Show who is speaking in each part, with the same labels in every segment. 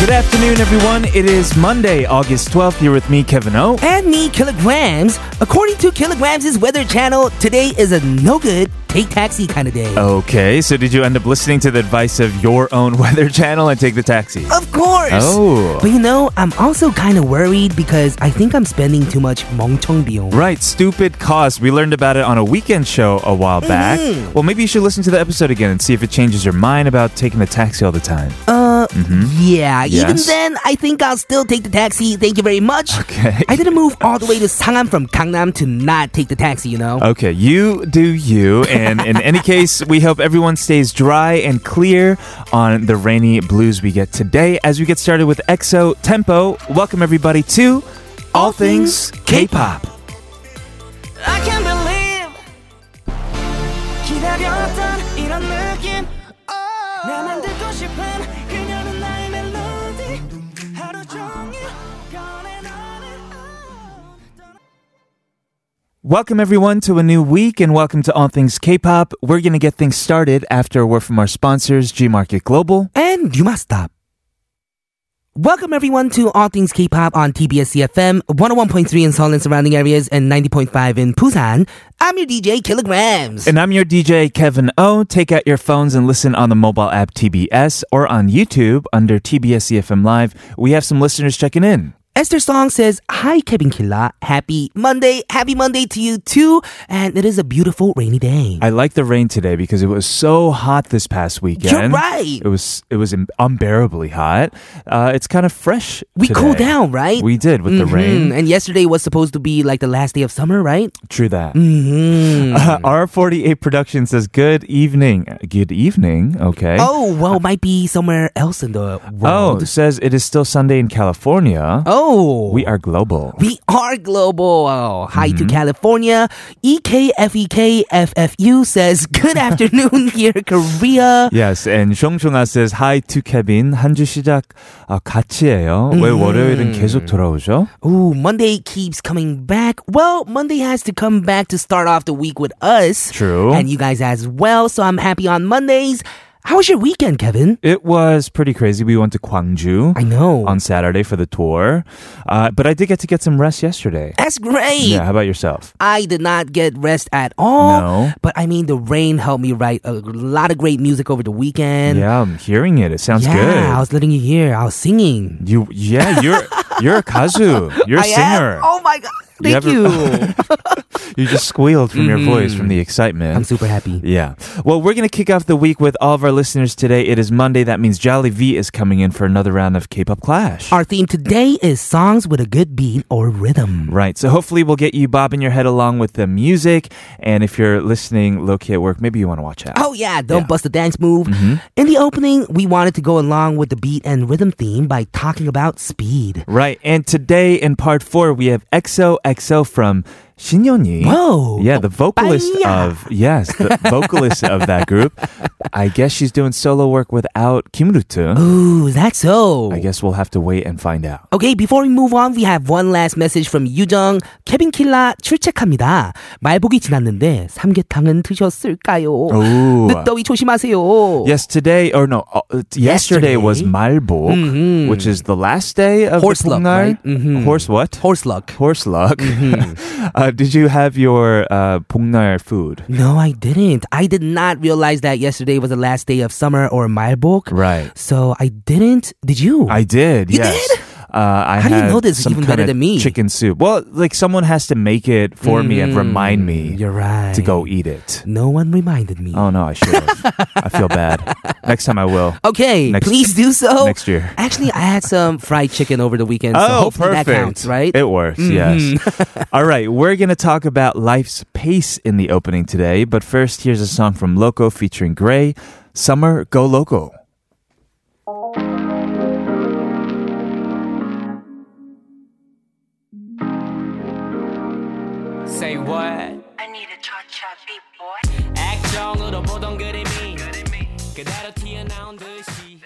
Speaker 1: Good afternoon, everyone. It is Monday, August 12th. Here with me, Kevin O.
Speaker 2: And me, Kilograms. According to Kilograms' weather channel, today is a no good, take taxi kind
Speaker 1: Oh.
Speaker 2: of day.
Speaker 1: Okay, so did you end up listening to the advice of your own weather channel and take the taxi?
Speaker 2: Of course.
Speaker 1: Oh.
Speaker 2: But you know, I'm also kind of worried because I think I'm spending too much mongchong bill.
Speaker 1: Right, stupid cost. We learned about it on a weekend show a while back. Well, maybe you should listen to the episode again and see if it changes your mind about taking the taxi all the time.
Speaker 2: Uh, yeah.
Speaker 1: Hmm?
Speaker 2: Even
Speaker 1: Yes.
Speaker 2: then, I think I'll still take the taxi. Thank you very much.
Speaker 1: Okay.
Speaker 2: I didn't move all the way to Sangnam from Gangnam to not take the taxi, you know?
Speaker 1: Okay, you do you. And in any case, we hope everyone stays dry and clear on the rainy blues we get today as we get started with EXO Tempo. Welcome, everybody, to All Things K pop.
Speaker 3: I can't believe 기다렸던 이런 느낌 Oh, 나만 듣고 싶은 그녀는 나의 멜로디 하루 종일 Oh, 꺼내 너를
Speaker 1: Welcome, everyone, to a new week and welcome to All Things K pop. We're going to get things started after a word from our sponsors, G Market Global.
Speaker 2: and you must stop. Welcome everyone to All Things K-pop on TBS CFM 101.3 in Seoul and surrounding areas and 90.5 in Busan. I'm your DJ Kilograms.
Speaker 1: And I'm your DJ, Kevin O. Take out your phones and listen on the mobile app TBS or on YouTube under TBS EFM E Live. We have some listeners checking in.
Speaker 2: Esther Song says, "Hi Kevin Killa, happy Monday, happy Monday to you too, and it is a beautiful rainy day."
Speaker 1: I like the rain today because it was so hot this past weekend.
Speaker 2: You're right.
Speaker 1: It was it was unbearably hot. Uh, it's kind of fresh.
Speaker 2: we
Speaker 1: today.
Speaker 2: cooled down, right?
Speaker 1: We did with the
Speaker 2: Mm,
Speaker 1: rain.
Speaker 2: and yesterday was supposed to be like the last day of summer, right?
Speaker 1: True that.
Speaker 2: Mm-hmm.
Speaker 1: Uh, R48 Production says, "Good evening. Good evening. Okay.
Speaker 2: oh, well, might be somewhere else in the
Speaker 1: Eh? Oh,
Speaker 2: world.
Speaker 1: says it is still Sunday in California.
Speaker 2: oh.
Speaker 1: We are global.
Speaker 2: We are global. Oh, hi
Speaker 1: Mm-hmm.
Speaker 2: to California. E EKFEKFFU says, Good afternoon here, Korea.
Speaker 1: Yes, and 숑숑아 says hi to Kevin. 한 주 시작 아, 같이 해요. 왜
Speaker 2: Mm-hmm.
Speaker 1: 월요일은 계속 돌아오죠?
Speaker 2: Ooh, Monday keeps coming back. Well, Monday has to come back to start off the week with us.
Speaker 1: True.
Speaker 2: And you guys as well. So I'm happy on Mondays. How was your weekend, Kevin?
Speaker 1: It was pretty crazy. We went to Gwangju.
Speaker 2: I know.
Speaker 1: on Saturday for the tour. Uh, but I did get to get some rest yesterday.
Speaker 2: That's great.
Speaker 1: Yeah, how about yourself?
Speaker 2: I did not get rest at all.
Speaker 1: No.
Speaker 2: But I mean, the rain helped me write a lot of great music over the weekend.
Speaker 1: yeah, I'm hearing it. It sounds
Speaker 2: yeah, I
Speaker 1: good.
Speaker 2: was letting you hear. I was singing.
Speaker 1: You, yeah, you're you're a kazu. You're a
Speaker 2: I am?
Speaker 1: singer.
Speaker 2: Oh my god.
Speaker 1: You
Speaker 2: Thank you.
Speaker 1: ever- You just squealed from your voice from the excitement.
Speaker 2: Mm-hmm. I'm super happy.
Speaker 1: Yeah. Well, we're going to kick off the week with all of our listeners today. It is Monday. That means Jolly V is coming in for another round of K pop Clash.
Speaker 2: Our theme today is songs with a good beat or rhythm.
Speaker 1: Right. So hopefully we'll get you bobbing your head along with the music. And if you're listening low key at work, maybe you want to watch out.
Speaker 2: Oh yeah, don't
Speaker 1: Yeah. Mm-hmm.
Speaker 2: bust a dance move. In the opening, we wanted to go along with the beat and rhythm theme by talking about speed.
Speaker 1: Right, and today in part four we have XOXO from Shinyeonyi.
Speaker 2: Whoa.
Speaker 1: Yeah, the vocalist
Speaker 2: Papaya.
Speaker 1: of yes, the vocalist of that group. I guess she's doing solo work without Kim Rutu.
Speaker 2: Ooh, that's so.
Speaker 1: I guess we'll have to wait and find out.
Speaker 2: Okay, before we move on, we have one last message from 유정. 케빈 킬라 출첵합니다. 말복이 지났는데 삼계탕은 드셨을까요?
Speaker 1: Ooh.
Speaker 2: 늦더위 조심하세요.
Speaker 1: Yes, today or no, uh, uh, yesterday,
Speaker 2: Yesterday. Mm-hmm.
Speaker 1: was Malbok, which is the last day of
Speaker 2: Horse
Speaker 1: the
Speaker 2: luck,
Speaker 1: Pungnal.
Speaker 2: right? Mhm.
Speaker 1: Horse what?
Speaker 2: Horse luck.
Speaker 1: Horse luck.
Speaker 2: Mm-hmm.
Speaker 1: uh, did you have your uh, Pungnal food?
Speaker 2: No, I didn't. I did not realize that yesterday was the last day of summer or Malbok.
Speaker 1: Right.
Speaker 2: So I didn't. Did you?
Speaker 1: I did.
Speaker 2: You
Speaker 1: yes.
Speaker 2: did?
Speaker 1: Uh, I
Speaker 2: How do you
Speaker 1: had
Speaker 2: know this
Speaker 1: some
Speaker 2: even better
Speaker 1: kinda
Speaker 2: than me?
Speaker 1: Chicken soup. Well, like someone has to make it for me and remind me
Speaker 2: Mm, You're right.
Speaker 1: to go eat it.
Speaker 2: No one reminded me.
Speaker 1: Oh no, I should. have. I feel bad. Next time I will.
Speaker 2: Oh, okay,
Speaker 1: Next-
Speaker 2: please do so.
Speaker 1: next year.
Speaker 2: Actually, I had some fried chicken over the weekend, so
Speaker 1: oh,
Speaker 2: hopefully
Speaker 1: perfect.
Speaker 2: that counts, right? Mm-hmm.
Speaker 1: It works. Yes. All right, we're gonna talk about life's pace in the opening today, but first, here's a song from Loco featuring Gray. Summer, go Loco.
Speaker 3: Say what?
Speaker 4: I need a cha cha beat boy.
Speaker 3: 액정으로 보던 그림이 그대로 튀어나온 듯이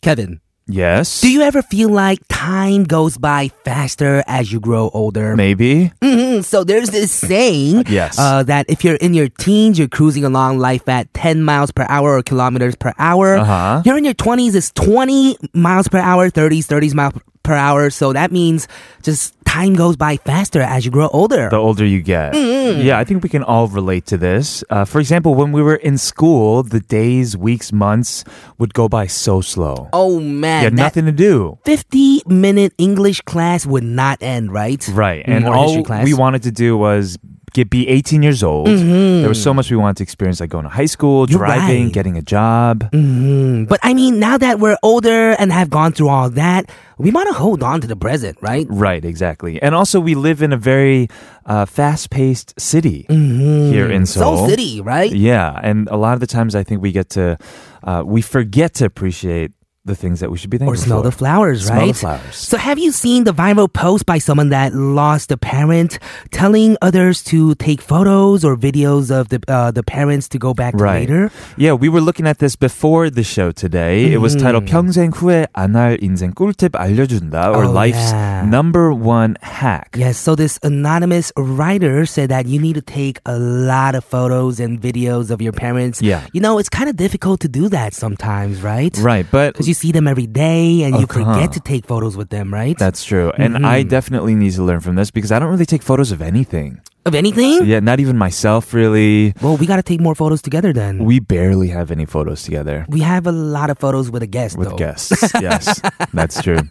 Speaker 2: Kevin,
Speaker 1: Yes.
Speaker 2: Do you ever feel like time goes by faster as you grow older?
Speaker 1: Maybe.
Speaker 2: Mhm. So there's this saying
Speaker 1: Yes.
Speaker 2: uh, that if you're in your teens, you're cruising along life at 10 miles per hour or kilometers per hour.
Speaker 1: Uh-huh.
Speaker 2: You're in your 20s, it's 20 miles per hour, 30s, 30s miles per hour. So that means just time goes by faster as you grow older.
Speaker 1: The older you get.
Speaker 2: Mm-hmm.
Speaker 1: Yeah, I think we can all relate to this. Uh, for example, when we were in school, the days, weeks, months would go by so slow.
Speaker 2: oh
Speaker 1: you had
Speaker 2: man, that
Speaker 1: nothing to do.
Speaker 2: 50 minute English class would not end, right?
Speaker 1: Right. And
Speaker 2: Mm, or
Speaker 1: all
Speaker 2: history class.
Speaker 1: we wanted to do was get be 18 years old. There was so much we wanted to experience like going to high school,
Speaker 2: Mm-hmm. You're
Speaker 1: driving,
Speaker 2: right.
Speaker 1: getting a job.
Speaker 2: Mm, But I mean, now that we're older and have gone through all that, we want to hold on to the present, right?
Speaker 1: Right, exactly. And also we live in a very uh, fast-paced city
Speaker 2: Mm-hmm.
Speaker 1: here in Seoul.
Speaker 2: Seoul City, right?
Speaker 1: Yeah, and a lot of the times I think we get to uh, we forget to appreciate the things that we should be thankful
Speaker 2: Or smell
Speaker 1: for.
Speaker 2: the flowers,
Speaker 1: Smell the
Speaker 2: right?
Speaker 1: flowers.
Speaker 2: So, have you seen the viral post by someone that lost a parent, telling others to take photos or videos of the uh, the parents to go back to
Speaker 1: Right.
Speaker 2: later?
Speaker 1: Yeah, we were looking at this before the show today. It was titled 평생 후회 안 할 인생 꿀팁 알려준다 or
Speaker 2: Mm. Oh,
Speaker 1: life's
Speaker 2: yeah.
Speaker 1: number one hack.
Speaker 2: Yes. So, this anonymous writer said that you need to take a lot of photos and videos of your parents.
Speaker 1: Yeah.
Speaker 2: You know, it's kind of difficult to do that sometimes, right?
Speaker 1: Right, but
Speaker 2: Because you see them every day and you
Speaker 1: Uh-huh.
Speaker 2: forget to take photos with them, right?
Speaker 1: that's true. And
Speaker 2: Mm-hmm.
Speaker 1: I definitely need to learn from this because I don't really take photos of anything.
Speaker 2: of anything?
Speaker 1: Yeah, not even myself really.
Speaker 2: Well, we got to take more photos together then.
Speaker 1: We barely have any photos together.
Speaker 2: We have a lot of photos with a guest,
Speaker 1: With
Speaker 2: though.
Speaker 1: guests. Yes, that's true.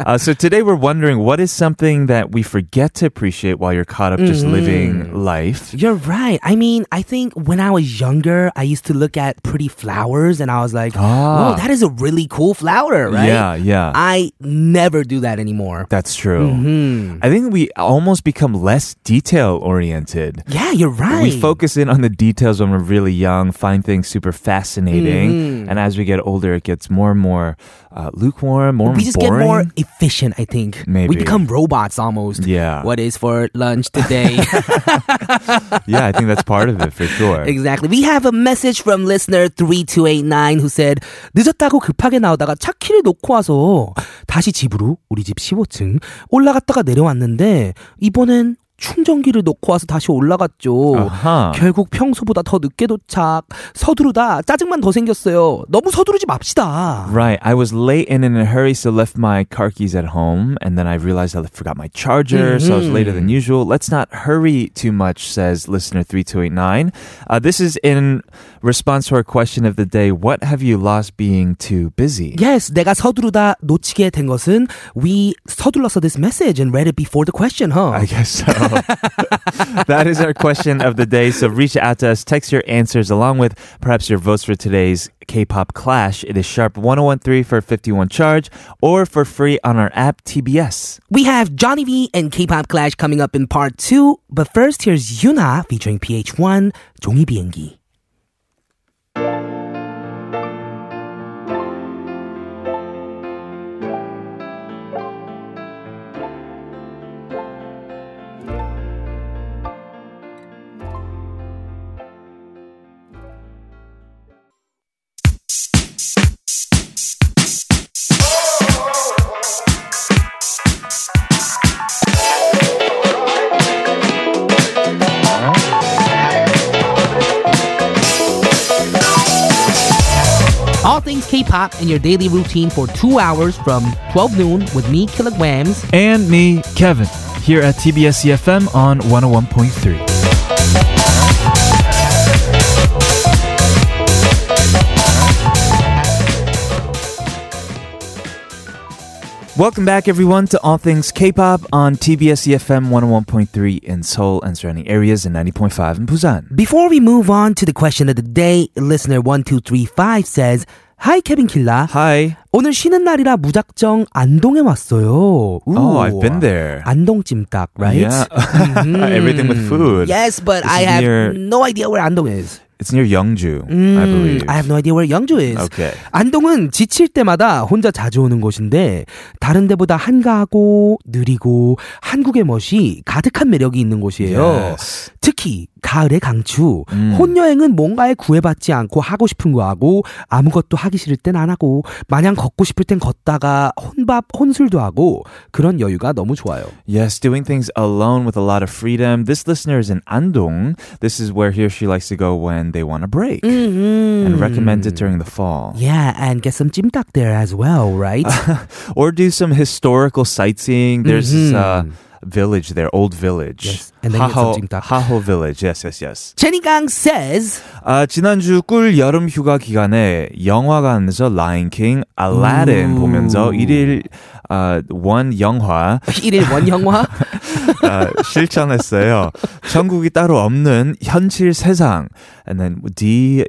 Speaker 1: Uh, so today we're wondering what is something that we forget to appreciate while you're caught up just
Speaker 2: Mm-hmm.
Speaker 1: living life?
Speaker 2: You're right. I mean, I think when I was younger, I used to look at pretty flowers and I was like,
Speaker 1: Ah.
Speaker 2: oh, that is a really cool flower, right? Ah.
Speaker 1: Yeah, yeah.
Speaker 2: I never do that anymore.
Speaker 1: That's true.
Speaker 2: Mm-hmm.
Speaker 1: I think we almost become less detail oriented.
Speaker 2: Yeah, you're right.
Speaker 1: We focus in on the details when we're really young, find things super fascinating,
Speaker 2: Mm-hmm.
Speaker 1: and as we get older, it gets more and more uh, lukewarm, more and
Speaker 2: We just
Speaker 1: boring.
Speaker 2: get more efficient, I think.
Speaker 1: Maybe.
Speaker 2: We become robots almost.
Speaker 1: Yeah.
Speaker 2: What is for lunch today?
Speaker 1: yeah, I think that's part of it for sure.
Speaker 2: Exactly. We have a message from listener 3289 who said 늦었다고 급하게 나오다가 차 키를 놓고 와서 다시 집으로 우리 집 15층 올라갔다가 내려왔는데 이번엔 충전기를 놓고 와서 다시 올라갔죠.
Speaker 1: 아하.
Speaker 2: 결국 평소보다 더 늦게 도착. 서두르다 짜증만 더 생겼어요. 너무 서두르지 맙시다.
Speaker 1: Right. I was late and in a hurry, so left my car keys at home, and then I realized I forgot my charger, so I was later than usual. Let's not hurry too much, says listener three two eight nine. Uh, this is in response to our question of the day: What have you lost being too busy?
Speaker 2: Yes, 내가 서두르다 놓치게 된 것은 we 서둘러서 this message and read it before the question, huh?
Speaker 1: I guess so. that is our question of the day. So reach out to us, text your answers along with perhaps your votes for today's K-pop clash. It is sharp 1013 for 51 charge or for free on our app TBS.
Speaker 2: We have Johnny V and K-pop Clash coming up in part two. But first, here's Yuna featuring PH1, 종이 비행기. All things K-pop in your daily routine for two hours from 12 noon with me, Kilograms.
Speaker 1: and me, Kevin, here at TBS EFM on 101.3. Welcome back, everyone, to All Things K-pop on TBS EFM 101.3 in Seoul and surrounding areas and 90.5 in Busan.
Speaker 2: Before we move on to the question of the day, listener 1235 says, Hi, Kevin Killa.
Speaker 1: Hi.
Speaker 2: 오늘 쉬는 날이라 무작정 안동에 왔어요.
Speaker 1: Oh, I've been there.
Speaker 2: 안동 찜닭, right? Mm-hmm.
Speaker 1: Yeah. Everything with food.
Speaker 2: Yes, but
Speaker 1: It's
Speaker 2: I have
Speaker 1: near-
Speaker 2: no idea where Andong is.
Speaker 1: It's near Yeongju, I believe.
Speaker 2: Mm. I have no idea where Yeongju is.
Speaker 1: Okay.
Speaker 2: 안동은 지칠 때마다 혼자 자주 오는 곳인데 다른 데보다 한가하고 느리고 한국의 멋이 가득한 매력이 있는 곳이에요.
Speaker 1: Yes.
Speaker 2: 특히 가을의 강추.
Speaker 1: 음.
Speaker 2: 혼여행은 뭔가에 구애받지 않고 하고 싶은 거 하고 아무것도 하기 싫을 땐 안 하고 마냥 걷고 싶을 땐 걷다가 혼밥 혼술도 하고 그런 여유가 너무 좋아요.
Speaker 1: Yes, doing things alone with a lot of freedom. This listener is in Andong. This is where he or she likes to go when they want a break
Speaker 2: Mm-hmm.
Speaker 1: and recommended during the fall.
Speaker 2: Yeah, and get some 찜닭 there as well, right?
Speaker 1: Or do some historical sightseeing. There's this uh,
Speaker 2: Mhm.
Speaker 1: village there, old village.
Speaker 2: Yes, and then get some
Speaker 1: Haho,
Speaker 2: jingdak.
Speaker 1: Haho village. Yes, yes, yes.
Speaker 2: Jenny Gang says
Speaker 1: 아, 지난주 꿀 여름 휴가 기간에 영화관에서 라인 킹, 알라딘
Speaker 2: 오.
Speaker 1: 보면서 일일 아, 원 영화
Speaker 2: 1일 원영화
Speaker 1: 아, 실천했어요. 전국이 따로 없는 현실 세상. And then D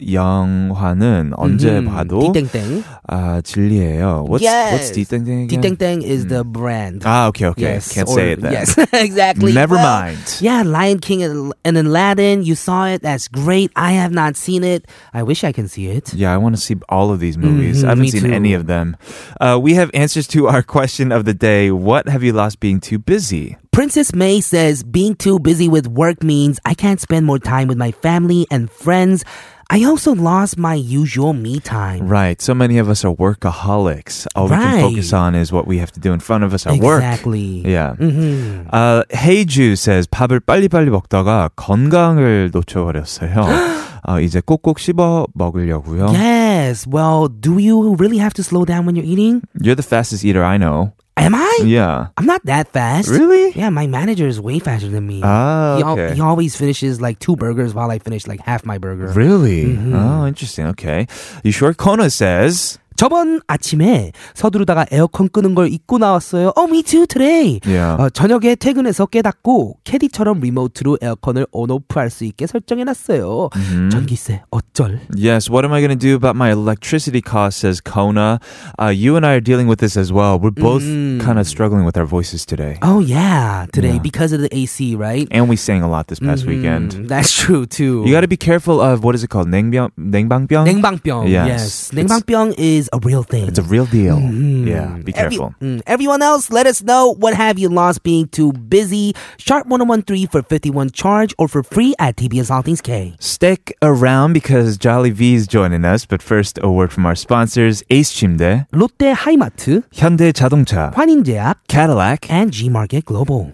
Speaker 1: 영화는 언제
Speaker 2: 음,
Speaker 1: 봐도
Speaker 2: 디땡땡.
Speaker 1: 아, 진리예요. What's what's
Speaker 2: Yes.
Speaker 1: D 땡땡 again?
Speaker 2: 디땡땡 is the brand.
Speaker 1: 아, okay, Hmm. Ah, okay.
Speaker 2: Yes,
Speaker 1: Can't
Speaker 2: or-
Speaker 1: say it then.
Speaker 2: Yes, exactly.
Speaker 1: Never
Speaker 2: Well,
Speaker 1: mind.
Speaker 2: Yeah, Lion King and, and Aladdin. You saw it. That's great. I have not seen it. I wish I can see it.
Speaker 1: Yeah, I want to see all of these movies.
Speaker 2: Mhm,
Speaker 1: I haven't
Speaker 2: me
Speaker 1: seen
Speaker 2: too.
Speaker 1: any of them. Uh, we have answers to our question of the day. What have you lost being too busy?
Speaker 2: Princess May says being too busy with work means I can't spend more time with my family and friends. I also lost my usual me time.
Speaker 1: Right. So many of us are workaholics. All we can
Speaker 2: Right.
Speaker 1: focus on is what we have to do in front of us at work.
Speaker 2: exactly.
Speaker 1: Yeah.
Speaker 2: hmm
Speaker 1: 아, 헤이주 says 밥을 빨리빨리 먹다가 건강을 놓쳐버렸어요. 아, 이제 꼭꼭 씹어 먹으려고요.
Speaker 2: Yes. Well, do you really have to slow down when you're eating?
Speaker 1: You're the fastest eater I know.
Speaker 2: Am I?
Speaker 1: Yeah.
Speaker 2: I'm not that fast.
Speaker 1: Really?
Speaker 2: Yeah, my manager is way faster than me.
Speaker 1: Ah,
Speaker 2: he, al-
Speaker 1: okay.
Speaker 2: he always finishes like two burgers while I finish like half my burger.
Speaker 1: Really?
Speaker 2: Mm-hmm.
Speaker 1: Oh, interesting. Okay. You sure? Kona says.
Speaker 2: 저번 아침에 서두르다가 에어컨 끄는 걸 잊고 나왔어요. Oh, me too today.
Speaker 1: Yeah.
Speaker 2: 어, 저녁에 퇴근해서 깨닫고 캐디처럼 리모트로 에어컨을 온오프할 수 있게 설정해놨어요.
Speaker 1: 음.
Speaker 2: 전기세 어쩔?
Speaker 1: Yes, what am I going to do about my electricity costs? Says Kona. Uh, you and I are dealing with this as well. We're both
Speaker 2: Mm.
Speaker 1: kind of struggling with our voices today.
Speaker 2: Oh yeah, today
Speaker 1: Yeah.
Speaker 2: because of the AC, right?
Speaker 1: And we sang a lot this past weekend.
Speaker 2: Mm, that's true too.
Speaker 1: You got to be careful of what is it called? 냉병, 냉방병?
Speaker 2: 냉방병.
Speaker 1: Yes.
Speaker 2: Yes. 냉방병 is a real thing.
Speaker 1: It's a real deal.
Speaker 2: Mm.
Speaker 5: Mm-hmm.
Speaker 1: Yeah, be
Speaker 2: Every-
Speaker 1: careful.
Speaker 2: mm. everyone else, let us know what have you lost being too busy. Sharp 1013 for 51 charge or for free at TBS All Things K.
Speaker 1: Stick around because Jolly V is joining us. But first, a word from our sponsors Ace 침대,
Speaker 2: 롯데 하이마트,
Speaker 1: Hyundai 자동차,
Speaker 2: 환인제약,
Speaker 1: Cadillac.
Speaker 2: and Gmarket Global.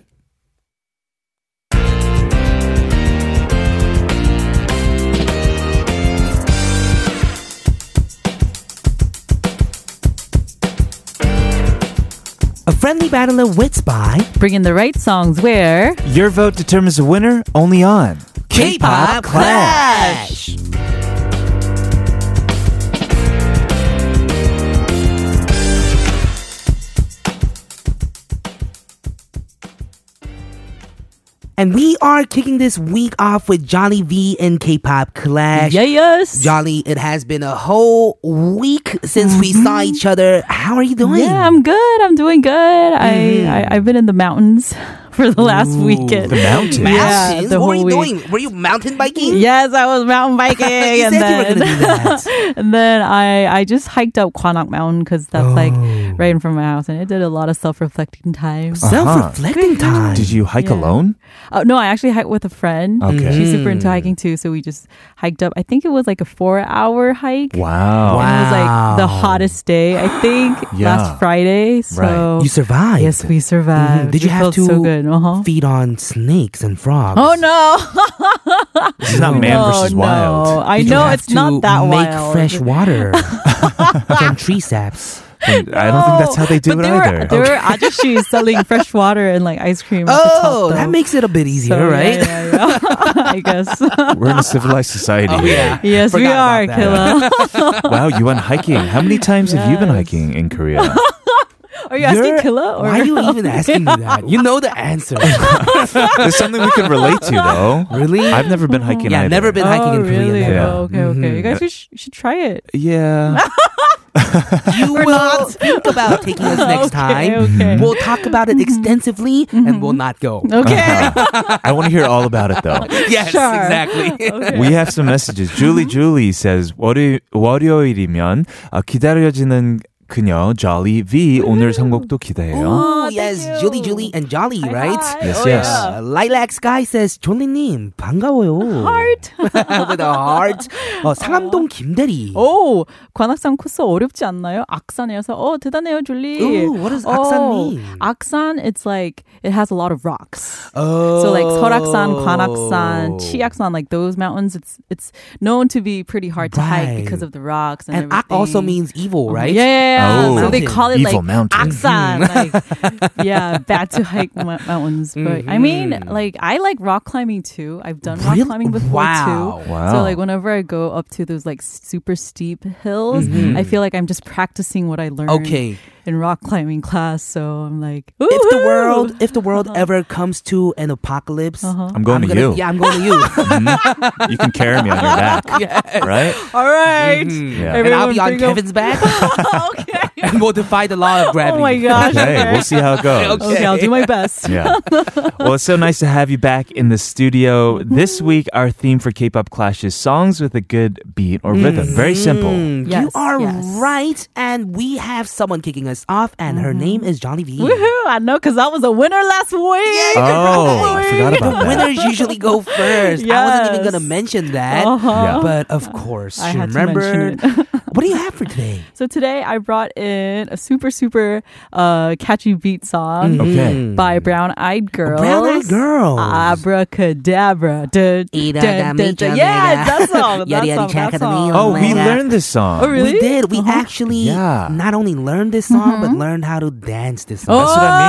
Speaker 2: A friendly battle of wits by
Speaker 5: Bring in the right songs where
Speaker 1: Your vote determines the winner only on
Speaker 2: K-pop Clash. And we are kicking this week off with Johnny V and K-pop Clash.
Speaker 5: yes.
Speaker 2: Johnny, it has been a whole week since we saw each other. How are you doing?
Speaker 5: Mm-hmm.
Speaker 2: Mm-hmm.
Speaker 5: Yeah, I'm good. I'm doing good. I, I I've been in the mountains for the last weekend.
Speaker 1: The Mountain.
Speaker 5: Yeah,
Speaker 2: Mountains?
Speaker 5: the
Speaker 2: what were
Speaker 5: whole
Speaker 2: you
Speaker 5: week.
Speaker 2: doing? Were you mountain biking?
Speaker 5: Yes, I was mountain biking,
Speaker 2: You said
Speaker 5: and
Speaker 2: you were
Speaker 5: then
Speaker 2: gonna do that.
Speaker 5: and then I I just hiked up Kwanak Mountain because that's like
Speaker 2: Oh.
Speaker 5: right in front of my house, and it did a lot of self reflecting time.
Speaker 2: Uh. Self-reflecting time.
Speaker 1: Did you hike
Speaker 5: Yeah.
Speaker 1: alone?
Speaker 5: Uh, no, I actually hiked with a friend.
Speaker 1: Okay.
Speaker 5: She's super
Speaker 2: Mm.
Speaker 5: into hiking too, so we just hiked up. I think it was like a four hour hike.
Speaker 1: Wow.
Speaker 5: Oh, And It was like the
Speaker 2: Wow.
Speaker 5: hottest day, I think,
Speaker 1: Yeah.
Speaker 5: last Friday. So
Speaker 1: Right.
Speaker 2: You survived.
Speaker 5: Oh, Yes, we survived.
Speaker 2: Mhm. Did you
Speaker 5: It
Speaker 2: have
Speaker 5: felt
Speaker 2: to
Speaker 5: so good? Uh-huh.
Speaker 2: feed on snakes and frogs?
Speaker 5: Oh no!
Speaker 1: This is not man versus
Speaker 5: no,
Speaker 1: wild.
Speaker 5: No. I
Speaker 2: Did you
Speaker 5: know
Speaker 2: have
Speaker 5: it's not
Speaker 2: to
Speaker 5: that
Speaker 2: make
Speaker 5: wild.
Speaker 2: fresh water from tree saps.
Speaker 1: And I don't think that's how they do it
Speaker 5: but there
Speaker 1: either.
Speaker 5: Were, there were actually selling fresh water and like ice cream. at the top,
Speaker 2: Oh, that
Speaker 5: though.
Speaker 2: makes it a bit easier,
Speaker 5: So, yeah,
Speaker 2: right?
Speaker 5: yeah, yeah. I guess.
Speaker 1: We're in a civilized
Speaker 5: Oh,
Speaker 1: society.
Speaker 5: yes, we
Speaker 2: Forgot about
Speaker 5: are,
Speaker 2: that.
Speaker 5: Killa.
Speaker 1: Wow, you went hiking. How many times have you been hiking in Korea?
Speaker 5: Are you asking
Speaker 2: You're-
Speaker 5: Killa? Or?
Speaker 2: Why are you even asking me that? You know the answer.
Speaker 1: There's something we can relate to, though.
Speaker 2: Really?
Speaker 1: I've never been hiking.
Speaker 2: yeah,
Speaker 1: either.
Speaker 2: never been hiking
Speaker 5: oh,
Speaker 2: in Korea. Mm-hmm.
Speaker 5: really?
Speaker 2: never.
Speaker 1: Yeah.
Speaker 5: Oh, okay, okay. You guys should, should try it.
Speaker 1: Yeah.
Speaker 2: You will think about taking us next time.
Speaker 5: okay. Mm-hmm.
Speaker 2: We'll talk about it extensively and we'll not go.
Speaker 5: Okay.
Speaker 2: Uh-huh.
Speaker 1: Uh-huh. I want to hear all about it, though.
Speaker 2: Yes,
Speaker 5: Sure.
Speaker 2: exactly.
Speaker 1: We have
Speaker 2: Mm-hmm.
Speaker 1: some messages. Julie Julie says 월요, 월요일이면 아, 기다려지는 그녀 Jolly V 오늘 선곡도 기대해요.
Speaker 5: Oh, thank
Speaker 2: yes,
Speaker 5: you.
Speaker 2: Julie, Julie, and Jolly,
Speaker 5: Hi,
Speaker 2: right?
Speaker 5: hi.
Speaker 1: Yes,
Speaker 5: Oh,
Speaker 1: yes.
Speaker 5: yeah.
Speaker 2: Uh, Lilac Sky says, 졸리님, 반가워요.
Speaker 5: Heart.
Speaker 2: With a heart. 어, 상암동 김대리.
Speaker 5: 오, 관악산 코스 어렵지 않나요? 악산이라서 어 대단해요, 줄리.
Speaker 2: Ooh, what does
Speaker 5: 어,
Speaker 2: 악산 mean?
Speaker 5: 악산, it's like it has a lot of rocks.
Speaker 2: Oh.
Speaker 5: So like 설악산, 관악산, 치악산, like those mountains, it's it's known to be pretty hard to hike
Speaker 2: Right.
Speaker 5: because of the rocks and,
Speaker 2: And
Speaker 5: everything. Um,
Speaker 2: ak also means evil, right?
Speaker 5: Yeah, yeah, yeah.
Speaker 1: Oh,
Speaker 5: so they call it
Speaker 1: Evil
Speaker 5: like
Speaker 1: mountain.
Speaker 5: Aksan. like, yeah, bad to hike mo- mountains. But
Speaker 2: Mm-hmm.
Speaker 5: I mean, like I like rock climbing too. I've done rock
Speaker 2: Really?
Speaker 5: climbing before
Speaker 2: Wow.
Speaker 5: too.
Speaker 1: Wow.
Speaker 5: So like whenever I go up to those like super steep hills, I feel like I'm just practicing what I learned
Speaker 2: Mm-hmm. Okay.
Speaker 5: in rock climbing class. So I'm like,
Speaker 2: If the
Speaker 5: "Woohoo!" Uh-huh.
Speaker 2: world, if the world ever comes to an apocalypse,
Speaker 1: I'm going
Speaker 2: I'm
Speaker 1: to
Speaker 2: gonna-
Speaker 1: you.
Speaker 2: Yeah, I'm going to you.
Speaker 1: You can carry me on your back, right?
Speaker 5: all right.
Speaker 1: Yeah.
Speaker 2: and I'll
Speaker 5: Everyone
Speaker 2: be on
Speaker 5: bring up-
Speaker 2: Kevin's back
Speaker 5: okay.
Speaker 2: and we'll defy the law of gravity.
Speaker 5: Oh my gosh.
Speaker 1: Hey,
Speaker 5: okay.
Speaker 1: we'll see how it goes.
Speaker 5: Okay, I'll do my best.
Speaker 1: Yeah. Well, it's so nice to have you back in the studio.
Speaker 2: Mm-hmm.
Speaker 1: This week, our theme for K pop clash is songs with a good beat or rhythm. Very simple.
Speaker 2: Mm, you
Speaker 5: Yes,
Speaker 2: are
Speaker 5: yes.
Speaker 2: right, and we have someone kicking us off, and her name is Johnny V.
Speaker 5: Mm-hmm. Woohoo! I know because I was a winner last week.
Speaker 1: Oh, I forgot about that.
Speaker 2: Winners usually go first. I wasn't even
Speaker 5: Yes.
Speaker 2: gonna mention that,
Speaker 5: Uh-huh.
Speaker 1: Yeah.
Speaker 2: but of course,
Speaker 5: I
Speaker 2: she
Speaker 5: had to
Speaker 2: remembered.
Speaker 5: mention
Speaker 2: what do you have for today?
Speaker 5: So today I brought in a super super uh, catchy beat song
Speaker 1: Okay.
Speaker 5: by Brown Eyed Girls. Ah,
Speaker 2: Brown Eyed Girls.
Speaker 5: Abracadabra. Dun,
Speaker 2: 이러다
Speaker 5: dun, dun, dun.
Speaker 2: 미쳐내라.
Speaker 5: Yeah, that song. That
Speaker 2: 여리여리
Speaker 5: song. That
Speaker 2: 작아도
Speaker 5: song.
Speaker 1: Oh, we
Speaker 2: Yeah.
Speaker 1: learned this song.
Speaker 5: Oh, really?
Speaker 2: We did. We
Speaker 5: Uh-huh. Mm-hmm.
Speaker 2: actually
Speaker 1: Yeah.
Speaker 2: not only learned this song, but learned how to dance this song.
Speaker 1: That's what I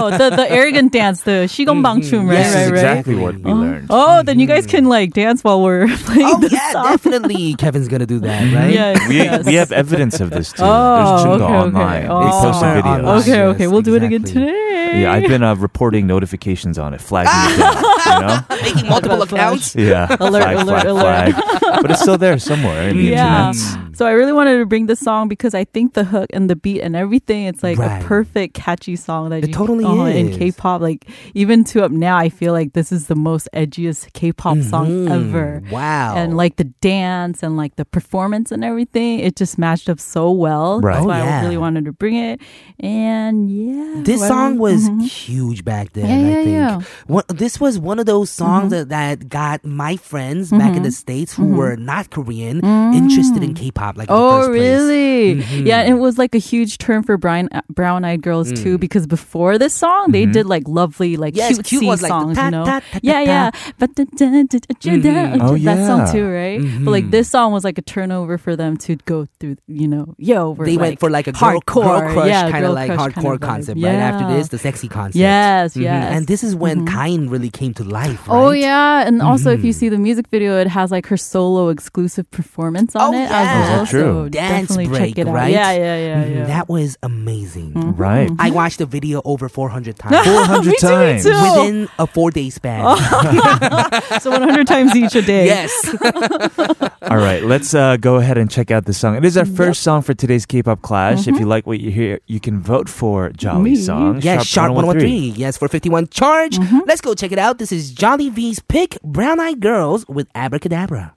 Speaker 5: Oh, the the arrogant dance, the shigongbang chum, right,
Speaker 1: This
Speaker 5: right,
Speaker 1: is
Speaker 5: right.
Speaker 1: exactly Mm-hmm. what we learned.
Speaker 5: Oh, then you guys can like dance while we're playing
Speaker 2: Oh,
Speaker 5: this
Speaker 2: yeah,
Speaker 5: song.
Speaker 2: definitely. Kevin's gonna do that, right?
Speaker 5: Yes,
Speaker 1: We,
Speaker 5: yes.
Speaker 1: we have evidence of this too.
Speaker 5: Oh,
Speaker 1: There's Chunga
Speaker 5: okay, okay.
Speaker 1: online. We
Speaker 5: Oh.
Speaker 1: posted
Speaker 2: Somewhere
Speaker 1: videos.
Speaker 2: online.
Speaker 5: Okay,
Speaker 2: Yes,
Speaker 5: okay, we'll do it again
Speaker 2: exactly.
Speaker 5: today.
Speaker 1: Yeah, I've been uh, reporting notifications on it, flagging it.
Speaker 2: Making multiple accounts.
Speaker 1: You know? Yeah.
Speaker 5: Alert,
Speaker 1: flag,
Speaker 5: alert,
Speaker 1: flag,
Speaker 5: alert.
Speaker 1: flag. But it's still there somewhere in the
Speaker 5: Yeah.
Speaker 1: internet.
Speaker 5: So I really wanted to bring this song because I think the hook and the beat and everything, it's like
Speaker 2: Right.
Speaker 5: a perfect catchy song that
Speaker 2: It
Speaker 5: you
Speaker 2: totally
Speaker 5: in
Speaker 2: is.
Speaker 5: K-pop. Like even to up now, I feel like this is the most edgiest K-pop song ever.
Speaker 2: Mm, Mm-hmm. Wow.
Speaker 5: And like the dance and like the performance and everything, it just matched up so well.
Speaker 1: Right.
Speaker 5: That's
Speaker 1: Oh,
Speaker 5: why
Speaker 2: yeah.
Speaker 5: I really wanted to bring it. And yeah,
Speaker 2: This
Speaker 5: why
Speaker 2: song
Speaker 5: don't-
Speaker 2: was
Speaker 5: Mhm.
Speaker 2: huge back then.
Speaker 5: Yeah,
Speaker 2: I
Speaker 5: yeah,
Speaker 2: think
Speaker 5: yeah. Mm-hmm.
Speaker 2: One, this was one of those songs that, that got my friends back in the states who were not Korean interested in K-pop. Like, in the
Speaker 5: Oh
Speaker 2: first place. Mm-hmm.
Speaker 5: really? Yeah, and it was like a huge turn for Brian, Brown Eyed Girls too
Speaker 2: Mm.
Speaker 5: because before this song they
Speaker 2: Mm-hmm.
Speaker 5: did like lovely like
Speaker 2: Yes,
Speaker 5: cutesy
Speaker 2: cute was like the
Speaker 5: songs,
Speaker 2: ta-
Speaker 5: you know?
Speaker 2: ta- ta-
Speaker 5: yeah,
Speaker 2: ta-
Speaker 5: yeah. But the- the- the-
Speaker 2: Mm-hmm.
Speaker 5: the- the-
Speaker 1: Oh,
Speaker 5: that
Speaker 1: yeah.
Speaker 5: song too, right? But like this song was like a turnover for them to go through, you know, yo, we're
Speaker 2: They went for like a girl,
Speaker 5: hardcore,
Speaker 2: girl crush
Speaker 5: yeah,
Speaker 2: kind of
Speaker 5: girl
Speaker 2: like
Speaker 5: crush
Speaker 2: hardcore
Speaker 5: kinda vibe.
Speaker 2: concept, right? After
Speaker 5: Yeah.
Speaker 2: this, the sexy concept.
Speaker 5: Yes,
Speaker 2: Mhm.
Speaker 5: yes. Mm-hmm.
Speaker 2: And this is when Kain really came to life, right? Mm-hmm.
Speaker 5: Oh yeah, and also if you see the music video, it has like her solo exclusive performance
Speaker 2: Oh,
Speaker 5: on it
Speaker 2: yeah.
Speaker 5: as well.
Speaker 1: Is that
Speaker 5: So
Speaker 1: true?
Speaker 2: Dance
Speaker 5: definitely
Speaker 2: break,
Speaker 5: check it out.
Speaker 2: right?
Speaker 5: Yeah, yeah, yeah,
Speaker 2: Mhm.
Speaker 5: yeah. Mm-hmm.
Speaker 2: That was amazing.
Speaker 1: Right.
Speaker 2: I watched the video over 400 times
Speaker 1: 400
Speaker 5: Me too, me
Speaker 1: times.
Speaker 5: too.
Speaker 2: within a four day span. Mm-hmm.
Speaker 5: so 100 times each a day.
Speaker 2: Yes.
Speaker 1: All right, let's uh, go ahead and check out this song. It is our first song for today's K-pop Clash. If you like what you hear, you can vote for Jolly
Speaker 5: Mm-hmm. Me.
Speaker 1: song. oh
Speaker 2: Yes, sharp
Speaker 5: oh
Speaker 2: 113. Yes, for 51 charge. Let's go check it out. This is Jolly V's pick, Brown Eyed Girls with Abracadabra.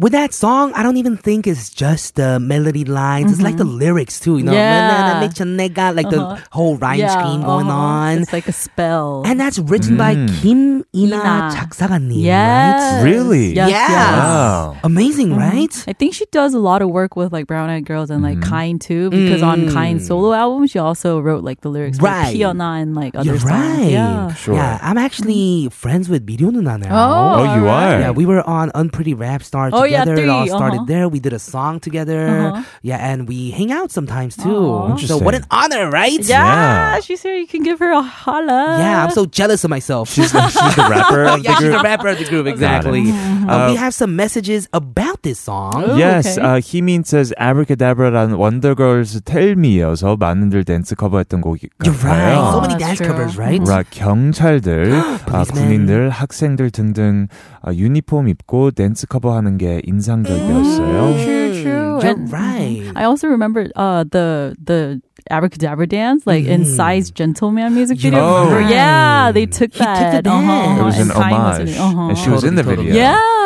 Speaker 2: With that song, I don't even think it's just the melody lines. It's like the lyrics too, you know.
Speaker 5: Yeah.
Speaker 2: "만나나 미쳤네가," like the whole rhyme scheme going on.
Speaker 5: Uh-huh. It's like a spell.
Speaker 2: And that's written by Kim Ina
Speaker 5: Ina.
Speaker 2: Chaksaganim,
Speaker 5: yes.
Speaker 2: right?
Speaker 1: Mm. Really?
Speaker 5: Yes,
Speaker 2: Yeah.
Speaker 5: yes. Mm-hmm.
Speaker 1: Wow.
Speaker 2: Amazing, right?
Speaker 5: I think she does a lot of work with like Brown Eyed Girls and like
Speaker 1: Mm-hmm.
Speaker 5: Kind too, because on Kind's solo album, she also wrote like the
Speaker 2: Mm.
Speaker 5: lyrics
Speaker 2: Right.
Speaker 5: for Piona and like other
Speaker 2: You're
Speaker 5: songs.
Speaker 2: right.
Speaker 5: Yeah. Mm-hmm.
Speaker 1: Sure.
Speaker 2: Yeah, I'm actually friends with Mirio Nuna now.
Speaker 5: Oh,
Speaker 1: Oh, you
Speaker 5: alright.
Speaker 1: are.
Speaker 2: Yeah, we were on Unpretty Rap Star
Speaker 5: Oh, yeah,
Speaker 2: together. it all
Speaker 5: three,
Speaker 2: started
Speaker 5: uh-huh.
Speaker 2: there. We did a song together. Yeah, and we hang out sometimes too.
Speaker 1: Aw.
Speaker 2: So what an
Speaker 1: Interesting.
Speaker 2: honor, right?
Speaker 5: Yeah,
Speaker 1: Yeah.
Speaker 5: she's here. You can give her a holla.
Speaker 2: Yeah, I'm so jealous of myself.
Speaker 1: She's, she's the rapper of the
Speaker 2: yeah, she's
Speaker 1: group.
Speaker 2: the rapper of the group, exactly.
Speaker 5: Mm-hmm.
Speaker 2: Uh, we have some messages about this song.
Speaker 5: Ooh,
Speaker 1: Yes,
Speaker 5: okay.
Speaker 1: uh, 희민 says Abracadabra라는 원더걸스 텔미여서 많은들 댄스 커버했던 곡이
Speaker 2: You're
Speaker 1: 같아요.
Speaker 2: right. So
Speaker 5: Oh,
Speaker 2: many
Speaker 5: that's
Speaker 2: dance
Speaker 5: true.
Speaker 2: covers, right?
Speaker 1: 라 경찰들, 아,
Speaker 2: Policemen.
Speaker 1: 군인들, 학생들 등등 아, 유니폼 입고 댄스 커버하는 게 인상적이었어요.
Speaker 5: True, true.
Speaker 2: Mm, You're
Speaker 5: and- mm,
Speaker 2: right.
Speaker 5: I also remember uh, the the abracadabra dance, like in
Speaker 1: Mm-hmm.
Speaker 5: Psy's Gentleman music
Speaker 2: You're
Speaker 5: video.
Speaker 1: right.
Speaker 5: Yeah, they took
Speaker 2: He took
Speaker 5: that. Uh-huh.
Speaker 2: the dance.
Speaker 1: It was
Speaker 5: and
Speaker 1: an
Speaker 5: Psy was in
Speaker 1: homage,
Speaker 5: it. Uh-huh.
Speaker 1: and she was in the
Speaker 2: Totally,
Speaker 1: video.
Speaker 2: totally.
Speaker 5: Yeah.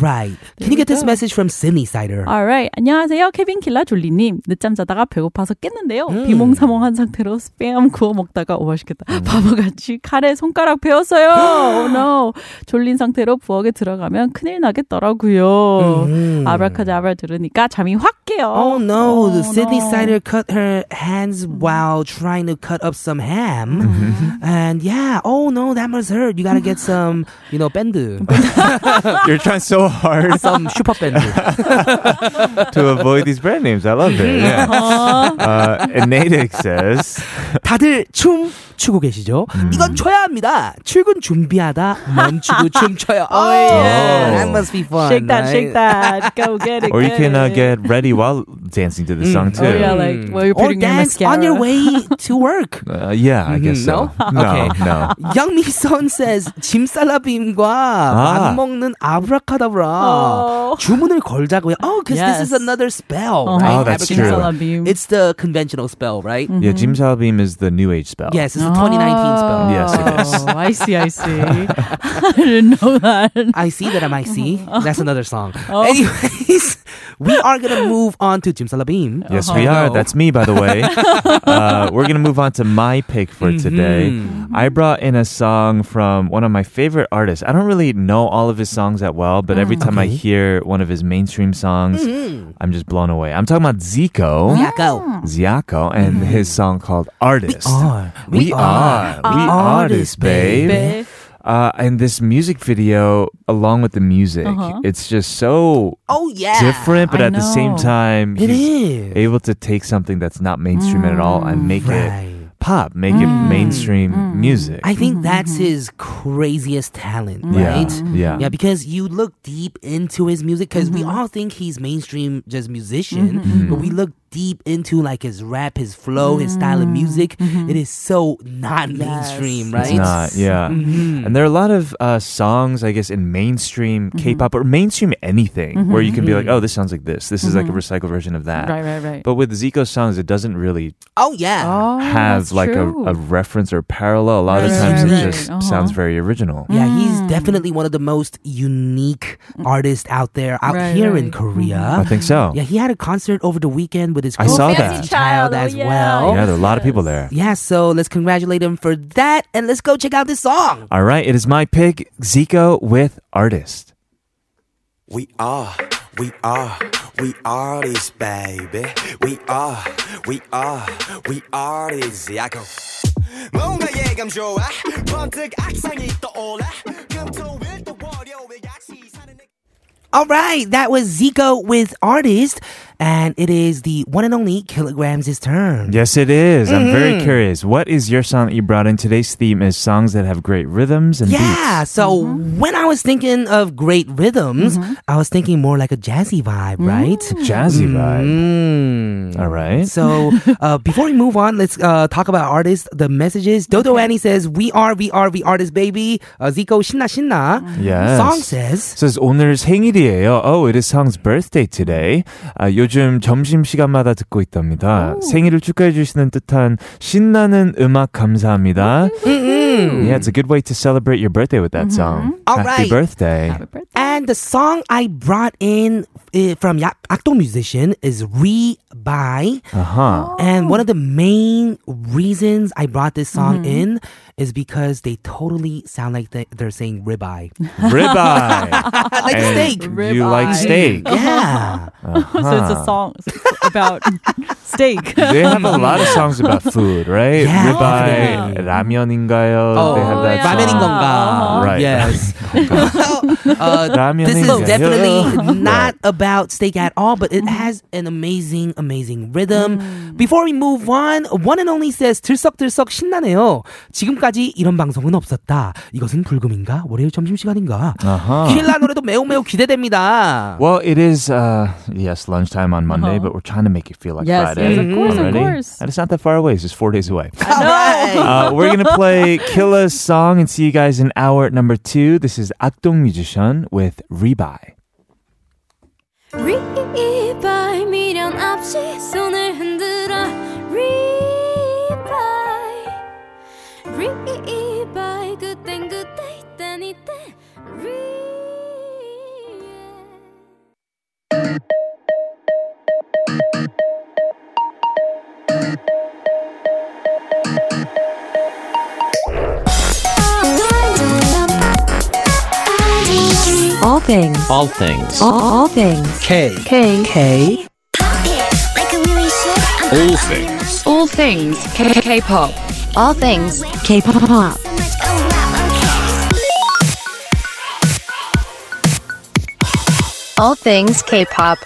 Speaker 2: Right. Can you get this message from Sydney Sider?
Speaker 5: Alright, 안녕하세요. 케빈 킬라 졸리님. 늦잠 자다가 배고파서 깼는데요.
Speaker 2: 음.
Speaker 5: 비몽사몽한 상태로 스팸 구워 먹다가 오 맛있겠다. 바보같이 칼에 손가락 베었어요. oh no. 졸린 상태로 부엌에 들어가면 큰일 나겠더라고요.
Speaker 2: 음.
Speaker 5: 아브라카자브라 들으니까 잠이 확 깨요.
Speaker 2: Oh no, the Sydney
Speaker 5: no.
Speaker 2: Sider cut her hands while trying to cut up some ham. And yeah, oh no, that must hurt. You gotta get some, you know, bend.
Speaker 1: You're trying so hard
Speaker 2: some super bend.
Speaker 1: to avoid these brand names. I love it. Yeah.
Speaker 5: Mm-hmm. 어.
Speaker 1: Uh, and Natick says,
Speaker 2: 다들 춤 추고 계시죠? 이건 춰야 합니다. 출근 준비하다 멈추고 춤춰요. Oh, yeah. That must be fun.
Speaker 5: Shake that, shake
Speaker 2: right?
Speaker 5: that. Go get it.
Speaker 1: or you can uh,
Speaker 5: good.
Speaker 1: get ready while dancing to the song too.
Speaker 5: Oh yeah, like while you're
Speaker 2: Mm. Or
Speaker 5: putting your
Speaker 2: dance
Speaker 5: mascara
Speaker 2: on your way to work.
Speaker 1: Uh, yeah, I guess so.
Speaker 2: No?
Speaker 1: no,
Speaker 2: Okay.
Speaker 1: no.
Speaker 2: 양미선 says 짐살라빔과 안 먹는 아브라카다브라
Speaker 5: Oh.
Speaker 2: 주문을 걸자고요. Oh, because this is
Speaker 5: Yes.
Speaker 2: another spell.
Speaker 5: Oh,
Speaker 2: right?
Speaker 1: Oh, that's true.
Speaker 2: Abracadabra.
Speaker 5: Jimsalabim.
Speaker 2: It's the conventional spell, right?
Speaker 1: Yeah, Jim Salabim is the new age spell.
Speaker 2: Mm-hmm. Yes, it's the 2019 spell.
Speaker 1: Yes, it is.
Speaker 5: 아. Oh, I see, I see. I didn't know that.
Speaker 2: I see that I might see. That's another song. Anyways, we are gonna move on to 짐살라빔.
Speaker 1: Yes, we
Speaker 2: Uh-huh.
Speaker 1: are. That's me, by the way. uh, we're going to move on to my pick for
Speaker 2: Mm-hmm.
Speaker 1: today. I brought in a song from one of my favorite artists. I don't really know all of his songs that well, but every
Speaker 2: Ah,
Speaker 1: time I hear one of his mainstream songs, I'm just blown away. I'm talking about Zico.
Speaker 2: Mm-hmm. Yeah, Mm. go.
Speaker 1: Ziaco and his song called Artist.
Speaker 2: are.
Speaker 1: We,
Speaker 2: We
Speaker 1: are. We
Speaker 2: Artists,
Speaker 1: artists, babe.
Speaker 5: babe.
Speaker 1: Uh, and this music video, along with the music,
Speaker 2: Uh-huh.
Speaker 1: it's just so
Speaker 2: Oh yeah.
Speaker 1: different, but
Speaker 5: I
Speaker 1: at the same
Speaker 5: know.
Speaker 1: time,
Speaker 2: It
Speaker 1: he's
Speaker 2: is.
Speaker 1: able to take something that's not mainstream at all and make it
Speaker 2: Mm. Right.
Speaker 1: pop, make
Speaker 5: Mm.
Speaker 1: it mainstream music.
Speaker 2: I think that's his craziest talent, right?
Speaker 1: Yeah.
Speaker 2: Yeah,
Speaker 1: Yeah.
Speaker 2: because you look deep into his music because
Speaker 5: Mm-hmm.
Speaker 2: we all think he's mainstream just musician, but we look deep into like his rap, his flow, his style of
Speaker 5: Mm-hmm.
Speaker 2: music. It is so not mainstream, right? Mm-hmm.
Speaker 1: It's not, yeah.
Speaker 2: Mm.
Speaker 1: And there are a lot of uh, songs, I guess, in mainstream
Speaker 5: Mm-hmm.
Speaker 1: K-pop or mainstream anything, where you can be like, "Oh, this sounds like this. This is like a recycled version of that."
Speaker 5: Mm-hmm. Right, right, right.
Speaker 1: Uh, But with Zico's songs, it doesn't really
Speaker 2: Oh yeah.
Speaker 5: Oh,
Speaker 1: have
Speaker 5: that's
Speaker 1: like a,
Speaker 5: true.
Speaker 1: a reference or parallel. A lot of
Speaker 5: Right,
Speaker 1: times
Speaker 5: right,
Speaker 1: it
Speaker 5: right.
Speaker 1: just
Speaker 5: Uh-huh. Mm.
Speaker 1: sounds very original.
Speaker 2: Yeah, he's definitely one of the most unique artists out there out
Speaker 5: Right,
Speaker 2: here in
Speaker 5: right. Mm-hmm.
Speaker 1: I
Speaker 2: Korea.
Speaker 1: think so.
Speaker 2: Yeah, he had a concert over the weekend with his
Speaker 1: I saw
Speaker 2: girlfriend
Speaker 1: that.
Speaker 2: and
Speaker 1: Fancy
Speaker 2: child
Speaker 5: Child, oh,
Speaker 2: as
Speaker 5: yeah.
Speaker 2: well.
Speaker 1: Yeah, there are a lot of people there.
Speaker 2: yeah, so let's congratulate him for that and let's go check out this song.
Speaker 1: All right, it is my pick, Zico with Artist.
Speaker 6: We are, we are, we are this baby. We are, we are, we are this. I go.
Speaker 3: 뭔가 예감 좋아 번뜩 악상이 떠올라 금토일 또 월요일 같이 사는 내
Speaker 2: All right, that was Zico with Artist, and it is the one and only Kilograms' his turn.
Speaker 1: Yes, it is. I'm very
Speaker 2: Mm-hmm.
Speaker 1: curious. What is your song that you brought in? Today's theme is songs that have great rhythms and
Speaker 2: Yeah, so when I was thinking of great rhythms, I was thinking more like a jazzy vibe, right?
Speaker 1: beats. Jazzy
Speaker 2: Mm-hmm.
Speaker 1: vibe.
Speaker 2: Mm.
Speaker 1: All right.
Speaker 2: So uh, before we move on, let's uh, talk about artists, the messages. Dodo Annie says, We are, we are, we artists, baby. Uh, Zico, 신나, 신나.
Speaker 1: Yes.
Speaker 2: Song says,
Speaker 1: says 오늘 생일이에요. Oh, it is Song's birthday today. 아, 요즘 점심 시간마다 듣고 있답니다. 생일을 축하해 주시는 듯한 신나는 음악 감사합니다. Yeah, it's a good way to celebrate your birthday with that song.
Speaker 2: Mm-hmm. All
Speaker 1: Happy
Speaker 2: right.
Speaker 1: birthday.
Speaker 5: Happy birthday.
Speaker 2: And the song I brought in uh, from Yak- Akto Musician is Re by.
Speaker 1: Uh-huh.
Speaker 2: And one of the main reasons I brought this song
Speaker 1: Mm-hmm.
Speaker 2: in is because they totally sound like they, they're saying ribeye.
Speaker 1: Ribeye.
Speaker 2: like
Speaker 1: And
Speaker 2: steak.
Speaker 1: You
Speaker 5: Ribeye.
Speaker 1: like steak.
Speaker 2: Yeah.
Speaker 5: So it's a song about steak.
Speaker 1: They have a lot of songs about food, right?
Speaker 2: Yeah,
Speaker 1: Ribeye,
Speaker 2: definitely.
Speaker 1: 라면인가요? Oh, they have
Speaker 2: Oh,
Speaker 1: that
Speaker 5: Oh, yeah.
Speaker 1: song.
Speaker 2: 라면인 건가?
Speaker 1: Right.
Speaker 2: Yes. uh,
Speaker 1: 라면인
Speaker 2: this is
Speaker 1: 건가요?
Speaker 2: definitely
Speaker 1: Right.
Speaker 2: not about steak at all, but it has an amazing, amazing rhythm. Before we move on, one and only says 들썩들썩 신나네요. 지금까지 이런 방송은 없었다. 이것은 불금인가? 월요일 점심시간인가?
Speaker 1: Uh-huh.
Speaker 2: 킬라 노래도 매우 매우 기대됩니다.
Speaker 1: Well, it is uh yes, lunchtime on Monday, but we're trying to make it feel like
Speaker 5: Uh-huh. Yes,
Speaker 1: Friday.
Speaker 5: yes, of course, of
Speaker 1: already.
Speaker 5: course.
Speaker 1: And it's not that far away, it's just four days away.
Speaker 2: All right.
Speaker 1: Uh, we're gonna play Killa's song and see you guys in hour number two. This is Akdong Musician with Rebuy.
Speaker 7: Rebuy me 미련 없이 손을 흔들어 Rebuy Rebuy 그땐 그때 이땐 이때 Re
Speaker 8: All things.
Speaker 9: All things.
Speaker 8: All, all things.
Speaker 9: K.
Speaker 8: K. K.
Speaker 9: All things.
Speaker 8: All things. K. K. Pop. All things. K. Pop. All things K. Pop.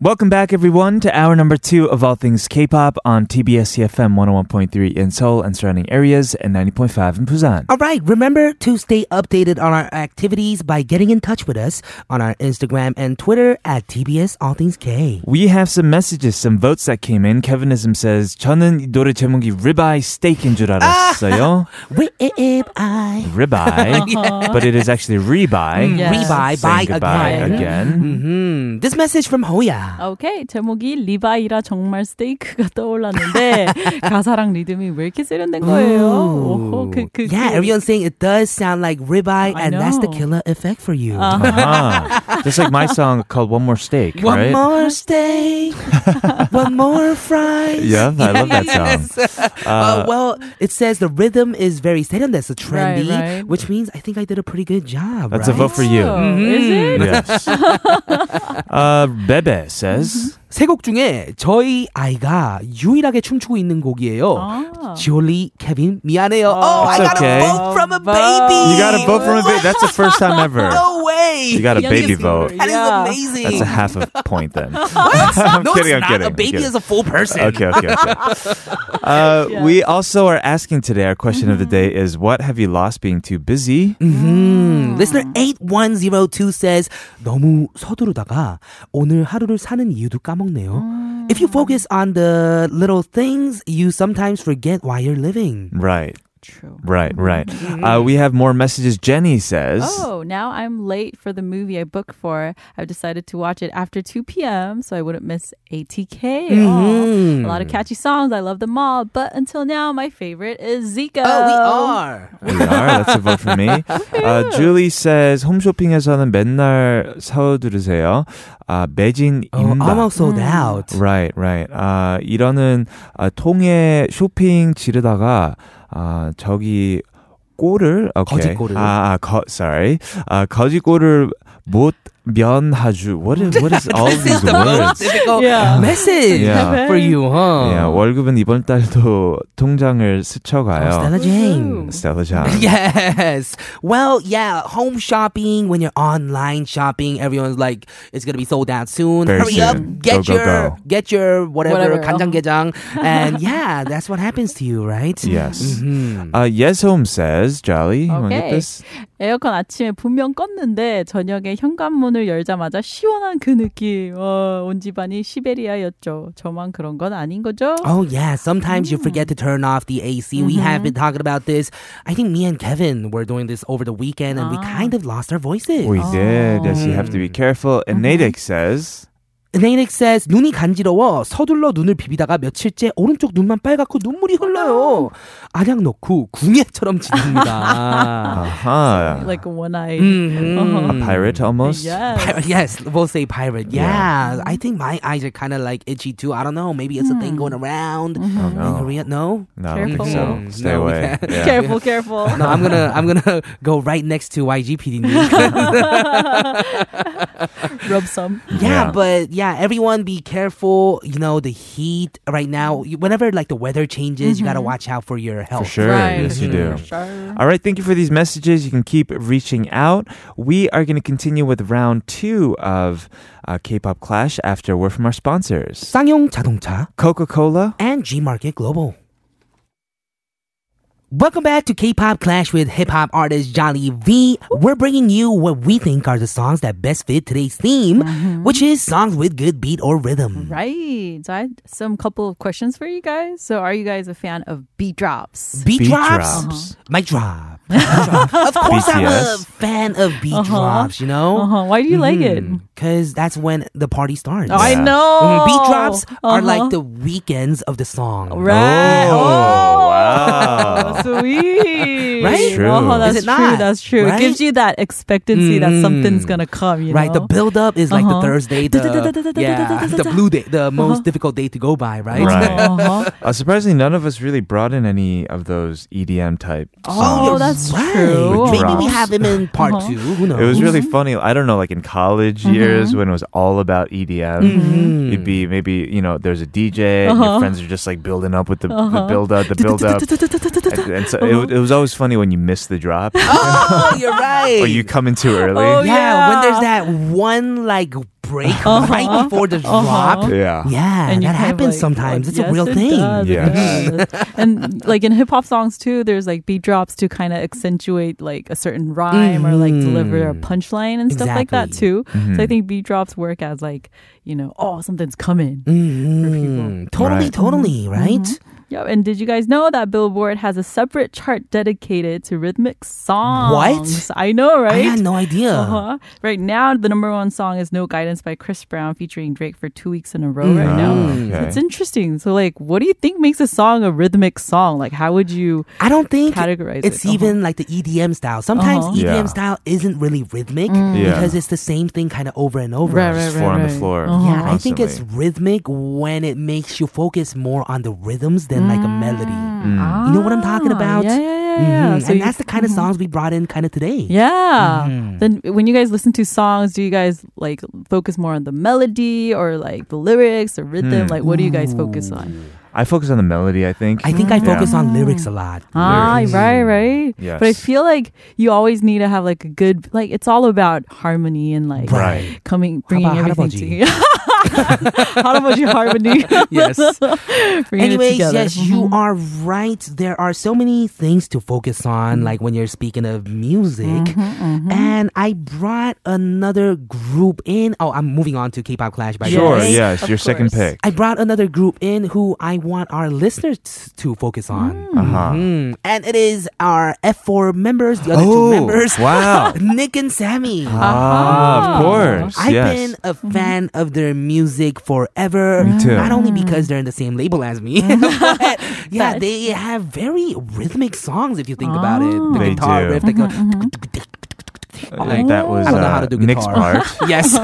Speaker 1: Welcome back, everyone, to hour number two of All Things K-pop on TBS CFM 101.3 in Seoul and surrounding areas and 90.5 in Busan.
Speaker 2: All right, remember to stay updated on our activities by getting in touch with us on our Instagram and Twitter at TBS All Things K.
Speaker 1: We have some messages, some votes that came in. Kevinism says, 저는 이 노래 제목이 ribeye steak인 줄 알았어요.
Speaker 2: Rib eye.
Speaker 1: ribeye, but it is actually rebuy.
Speaker 2: Mm,
Speaker 5: Yeah.
Speaker 2: Rebuy, buy
Speaker 1: Mm. Saying goodbye
Speaker 2: again.
Speaker 1: again.
Speaker 2: Mhm. This message from Hoya.
Speaker 5: 오케이 제목이 리바이라 정말 스테이크가 떠올랐는데 가사랑 리듬이 왜 이렇게 세련된 거예요? 오호, 그, 그,
Speaker 2: yeah,
Speaker 5: 그-
Speaker 2: everyone's saying it does sound like ribeye,
Speaker 5: I
Speaker 2: and that's the
Speaker 5: know.
Speaker 2: killer effect for you.
Speaker 1: Uh-huh. Just like my song called One More Steak,
Speaker 2: One
Speaker 1: right?
Speaker 2: more steak, one more fries.
Speaker 1: Yeah, I love that song.
Speaker 2: Uh, well, it says the rhythm is very serendes, so
Speaker 5: Right,
Speaker 2: trendy,
Speaker 5: right.
Speaker 2: which means I think I did a pretty good job.
Speaker 1: That's a
Speaker 2: right?
Speaker 1: vote for you. Mm-hmm.
Speaker 5: Oh, is it?
Speaker 1: Yes. uh, Bebe
Speaker 2: Mm-hmm.
Speaker 1: says,
Speaker 2: 세곡 중에 저희 아이가 유일하게 춤추고 있는 곡이에요.
Speaker 5: 아.
Speaker 2: 지올리, 케빈, 미안해요. Oh, I
Speaker 1: It's
Speaker 2: got
Speaker 1: okay.
Speaker 2: a vote from a
Speaker 5: Oh,
Speaker 2: baby.
Speaker 5: vote.
Speaker 1: You got a vote from a baby. That's the first time ever.
Speaker 2: No way.
Speaker 1: You got a baby
Speaker 5: youngest
Speaker 1: vote.
Speaker 5: voter.
Speaker 2: That is
Speaker 5: Yeah.
Speaker 2: amazing.
Speaker 1: That's a half a point then. I'm
Speaker 2: no,
Speaker 1: kidding,
Speaker 2: it's
Speaker 1: I'm
Speaker 2: not.
Speaker 1: kidding, I'm
Speaker 2: A baby
Speaker 1: kidding.
Speaker 2: is a full person.
Speaker 1: Okay, okay, okay. Uh, We also are asking today, our question of the day
Speaker 2: Mm-hmm.
Speaker 1: is what have you lost being too busy?
Speaker 2: Mm. 음, listener 8102 says 너무 서두르다가 오늘 하루를 사는 이유도 까먹네요.
Speaker 5: 음.
Speaker 2: If you focus on the little things, you sometimes forget why you're living.
Speaker 1: Right,
Speaker 5: True.
Speaker 1: right, right.
Speaker 2: Mm-hmm.
Speaker 1: Uh, we have more messages. Jenny says,
Speaker 5: Oh, now I'm late for the movie I booked for. I've decided to watch it after 2 p.m. so I wouldn't miss ATK.
Speaker 2: Mm-hmm.
Speaker 5: Aw, A 음. lot of catchy songs. I love them all. But until now, my favorite is
Speaker 2: Oh,
Speaker 5: Zico.
Speaker 2: we are.
Speaker 1: We are. That's a vote for me. Uh, Julie says 홈쇼핑에서는 맨날 사들으세요. Uh, 아 매진
Speaker 2: Oh,
Speaker 1: 임박.
Speaker 2: almost
Speaker 5: 음.
Speaker 2: sold out.
Speaker 1: Right, right. 아 이러는 아, 통에 쇼핑 지르다가 아 저기 꼴을 okay.
Speaker 2: 거지 꼴을.
Speaker 1: 아, 아 거, sorry. 아 거지 꼴을 못 면하주. What is what is all
Speaker 2: This is
Speaker 1: these
Speaker 2: the most
Speaker 1: words?
Speaker 2: difficult
Speaker 5: Yeah.
Speaker 2: message
Speaker 1: Yeah.
Speaker 2: for you, huh?
Speaker 1: Yeah, 월급은 이번 달도 통장을 스쳐가요.
Speaker 2: 어,
Speaker 1: 음,
Speaker 2: Stella Jane.
Speaker 1: Stella John.
Speaker 2: Yes. Well, yeah, home shopping, when you're online shopping, everyone's like, it's going to be sold out soon.
Speaker 1: Very
Speaker 2: Hurry
Speaker 1: soon.
Speaker 2: up, get
Speaker 1: Go, go,
Speaker 2: your,
Speaker 1: go.
Speaker 2: get your whatever,
Speaker 5: Whatever.
Speaker 2: 간장게장. and yeah, that's what happens to you, right?
Speaker 1: Yes.
Speaker 2: Mhm.
Speaker 1: Uh, yes, Home says, Jolly, you want to get
Speaker 5: Okay.
Speaker 1: this?
Speaker 5: 에어컨 아침에 분명 껐는데 저녁에 현관문을 열자마자 시원한 그 느낌. 어, 온 집안이 시베리아였죠. 저만 그런 건 아닌 거죠?
Speaker 2: Oh yeah, sometimes you forget to turn off the AC. We
Speaker 5: Mm-hmm.
Speaker 2: have been talking about this. I think me and Kevin were doing this over the weekend
Speaker 5: Ah.
Speaker 2: and we kind of lost our voices.
Speaker 1: We Oh,
Speaker 2: Oh.
Speaker 1: did. Yes, you have to be careful.
Speaker 2: Mm-hmm.
Speaker 1: And Natick says,
Speaker 2: 네이넥 says 눈이 간지러워 서둘러 눈을 비비다가 며칠째 오른쪽 눈만 빨갛고 눈물이 흘러요. 안약 넣고 궁예처럼 지냅니다.
Speaker 1: uh-huh.
Speaker 5: Like one eye.
Speaker 1: a
Speaker 2: Mhm.
Speaker 1: 아, pirate almost.
Speaker 5: Yes.
Speaker 2: Pirate, yes, we'll say pirate. Yeah, I think my eyes are kind of like itchy too. I don't know. Maybe it's a thing going around
Speaker 1: Oh,
Speaker 2: in
Speaker 1: no.
Speaker 2: Korea. No,
Speaker 1: No, I don't think so.
Speaker 5: Careful.
Speaker 1: Stay
Speaker 2: Mm, No, we
Speaker 1: away.
Speaker 2: can't.
Speaker 1: Yeah.
Speaker 5: Careful, careful.
Speaker 2: no, I'm gonna I'm gonna go right next to YGPD.
Speaker 5: Rub some.
Speaker 2: Yeah,
Speaker 1: Yeah.
Speaker 2: but yeah, everyone be careful. You know, the heat right now, you- whenever like the weather changes, you gotta watch out for your
Speaker 1: For
Speaker 2: health.
Speaker 1: sure.
Speaker 5: Right.
Speaker 1: Yes, you do.
Speaker 5: Sure.
Speaker 1: All right, thank you for these messages. You can keep reaching out. We are going to continue with round two of uh, K pop Clash after we're from our sponsors
Speaker 2: 쌍용 자동차
Speaker 1: Coca Cola.
Speaker 2: and G Market Global. Welcome back to K-pop Clash with hip-hop artist Jolly V. We're bringing you what we think are the songs that best fit today's theme, which is songs with good beat or rhythm.
Speaker 5: Mm-hmm. Right. So I had some couple of questions for you guys. So are you guys a fan of beat drops?
Speaker 2: Beat,
Speaker 1: Beat
Speaker 2: drops,
Speaker 1: drops.
Speaker 2: mic drop. of course, I'm a
Speaker 1: BTS.
Speaker 2: fan of B
Speaker 5: Uh-huh.
Speaker 2: drops. You know,
Speaker 5: Uh-huh. Why do you like it?
Speaker 2: Mm-hmm. Because that's when the party starts.
Speaker 5: Oh, I
Speaker 1: Yeah.
Speaker 5: know.
Speaker 2: Mhm, Beat drops are
Speaker 5: Uh-huh.
Speaker 2: like the weekends of the song.
Speaker 5: Right.
Speaker 1: Oh,
Speaker 5: Oh,
Speaker 1: wow.
Speaker 5: Sweet.
Speaker 2: Right?
Speaker 1: True.
Speaker 5: Oh,
Speaker 1: Is
Speaker 5: that's
Speaker 2: it
Speaker 5: true.
Speaker 2: not?
Speaker 5: That's true.
Speaker 2: Right?
Speaker 5: It gives you that expectancy that
Speaker 2: Mm.
Speaker 5: something's going to come, you
Speaker 2: right, the
Speaker 5: know?
Speaker 2: build up is like the
Speaker 5: Uh-huh.
Speaker 2: Thursday, the, yeah, the blue day, the most difficult day to go by, right?
Speaker 1: Right.
Speaker 5: Uh-huh.
Speaker 1: Uh, surprisingly, none of us really brought in any of those EDM type songs.
Speaker 5: Oh,
Speaker 2: you're
Speaker 5: that's
Speaker 2: right.
Speaker 5: true.
Speaker 1: With
Speaker 2: Maybe we
Speaker 1: drops.
Speaker 2: have him in part two. Who knows?
Speaker 1: It was really
Speaker 5: Oh.
Speaker 1: funny. I don't know, like in college
Speaker 5: Mm-hmm.
Speaker 1: years when it was all about EDM, it'd be maybe, you know, there's a DJ, and
Speaker 5: Uh-huh.
Speaker 1: your friends are just like building up with the, the build up, the build up. and and so it,
Speaker 5: Uh-huh.
Speaker 1: wa- it was always funny when you miss the drop
Speaker 2: Oh, you're right.
Speaker 1: or you come in too early.
Speaker 5: Oh,
Speaker 2: yeah, when there's
Speaker 5: yeah.
Speaker 2: that one like break right before the drop.
Speaker 1: yeah.
Speaker 2: Yeah,
Speaker 5: you
Speaker 2: that
Speaker 5: kind of,
Speaker 2: happens
Speaker 5: like,
Speaker 2: sometimes.
Speaker 5: like,
Speaker 2: it's a
Speaker 5: yes,
Speaker 2: real
Speaker 5: it
Speaker 2: thing.
Speaker 5: does, it
Speaker 1: Yes.
Speaker 5: does. and like in hip hop songs too, there's like beat drops to kind of accentuate like a certain rhyme or like deliver a punchline and stuff like that
Speaker 2: Mm-hmm. Exactly.
Speaker 5: too. So I think beat drops work as like you know, oh something's coming.
Speaker 2: Mm. Mhm. Totally,
Speaker 1: Right.
Speaker 2: totally, right?
Speaker 5: Yeah, and did you guys know that Billboard has a separate chart dedicated to rhythmic songs? I know,
Speaker 2: I
Speaker 5: right?
Speaker 2: had no idea.
Speaker 5: Uh-huh. Right now, the number one song is No Guidance by Chris Brown featuring Drake for two weeks in a row right now.
Speaker 1: Mm.
Speaker 5: So It's
Speaker 1: Okay.
Speaker 5: interesting. So, like, what do you think makes a song a rhythmic song? Like, how would you?
Speaker 2: I don't think
Speaker 5: Categorize
Speaker 2: it's
Speaker 5: it. Uh-huh.
Speaker 2: even like the EDM style. Sometimes
Speaker 5: Uh-huh. Mm.
Speaker 2: EDM
Speaker 1: Yeah.
Speaker 2: style isn't really rhythmic
Speaker 1: Yeah.
Speaker 2: because it's the same thing kind of over and over.
Speaker 5: Right,
Speaker 1: Just four on the
Speaker 5: right.
Speaker 1: floor.
Speaker 5: Uh-huh.
Speaker 2: Yeah, I think it's
Speaker 1: constantly.
Speaker 2: rhythmic when it makes you focus more on the rhythms than like a melody.
Speaker 1: Mm.
Speaker 2: You know what I'm talking
Speaker 5: Ah,
Speaker 2: about?
Speaker 5: Yeah, yeah, yeah. yeah.
Speaker 2: Mhm. and
Speaker 5: So you- Mm-hmm.
Speaker 2: that's the kind of songs we brought in kind of today.
Speaker 5: Yeah.
Speaker 1: Mm-hmm.
Speaker 5: Then when you guys listen to songs, do you guys like focus more on the melody or like the lyrics or rhythm?
Speaker 1: Hmm.
Speaker 5: Like, what do you guys focus on?
Speaker 1: I focus on the melody, I think.
Speaker 2: I think I
Speaker 1: Yeah.
Speaker 2: focus on lyrics a lot.
Speaker 5: Ah,
Speaker 1: Lyrics.
Speaker 5: right, right. But I
Speaker 1: Yes.
Speaker 5: feel like you always need to have like a good like. It's all about harmony and like
Speaker 1: Right.
Speaker 5: coming, bringing
Speaker 2: about
Speaker 5: everything to 할아버지 harmony.
Speaker 2: Yes.
Speaker 5: Bringing it
Speaker 2: Anyways,
Speaker 5: together.
Speaker 2: yes,
Speaker 1: Mm-hmm.
Speaker 2: you are right. There are so many things to focus on, like when you're speaking of music.
Speaker 1: Mm-hmm,
Speaker 2: And I brought another group in. Oh, I'm moving on to K-pop Clash. By the
Speaker 1: Sure,
Speaker 2: way.
Speaker 1: yes,
Speaker 5: of
Speaker 1: your second
Speaker 5: course.
Speaker 1: pick.
Speaker 2: I brought another group in who I want our listeners to focus on.
Speaker 1: Uh-huh.
Speaker 2: Mm. And it is our F4 members, the other two
Speaker 1: Oh,
Speaker 2: members.
Speaker 1: wow.
Speaker 2: Nick and Sammy.
Speaker 1: Ah, of course.
Speaker 2: Uh-huh. I've
Speaker 1: yes.
Speaker 2: been a fan of their music forever.
Speaker 1: Me too.
Speaker 2: Not only because they're in the same label as me, but yeah,
Speaker 5: Nice.
Speaker 2: they have very rhythmic songs if you think about it. The
Speaker 1: They
Speaker 2: guitar
Speaker 1: do.
Speaker 2: riff that goes.
Speaker 1: I think that was
Speaker 2: I don't know
Speaker 1: uh,
Speaker 2: how to do
Speaker 1: Nick's
Speaker 2: guitar.
Speaker 1: part.
Speaker 2: Yes.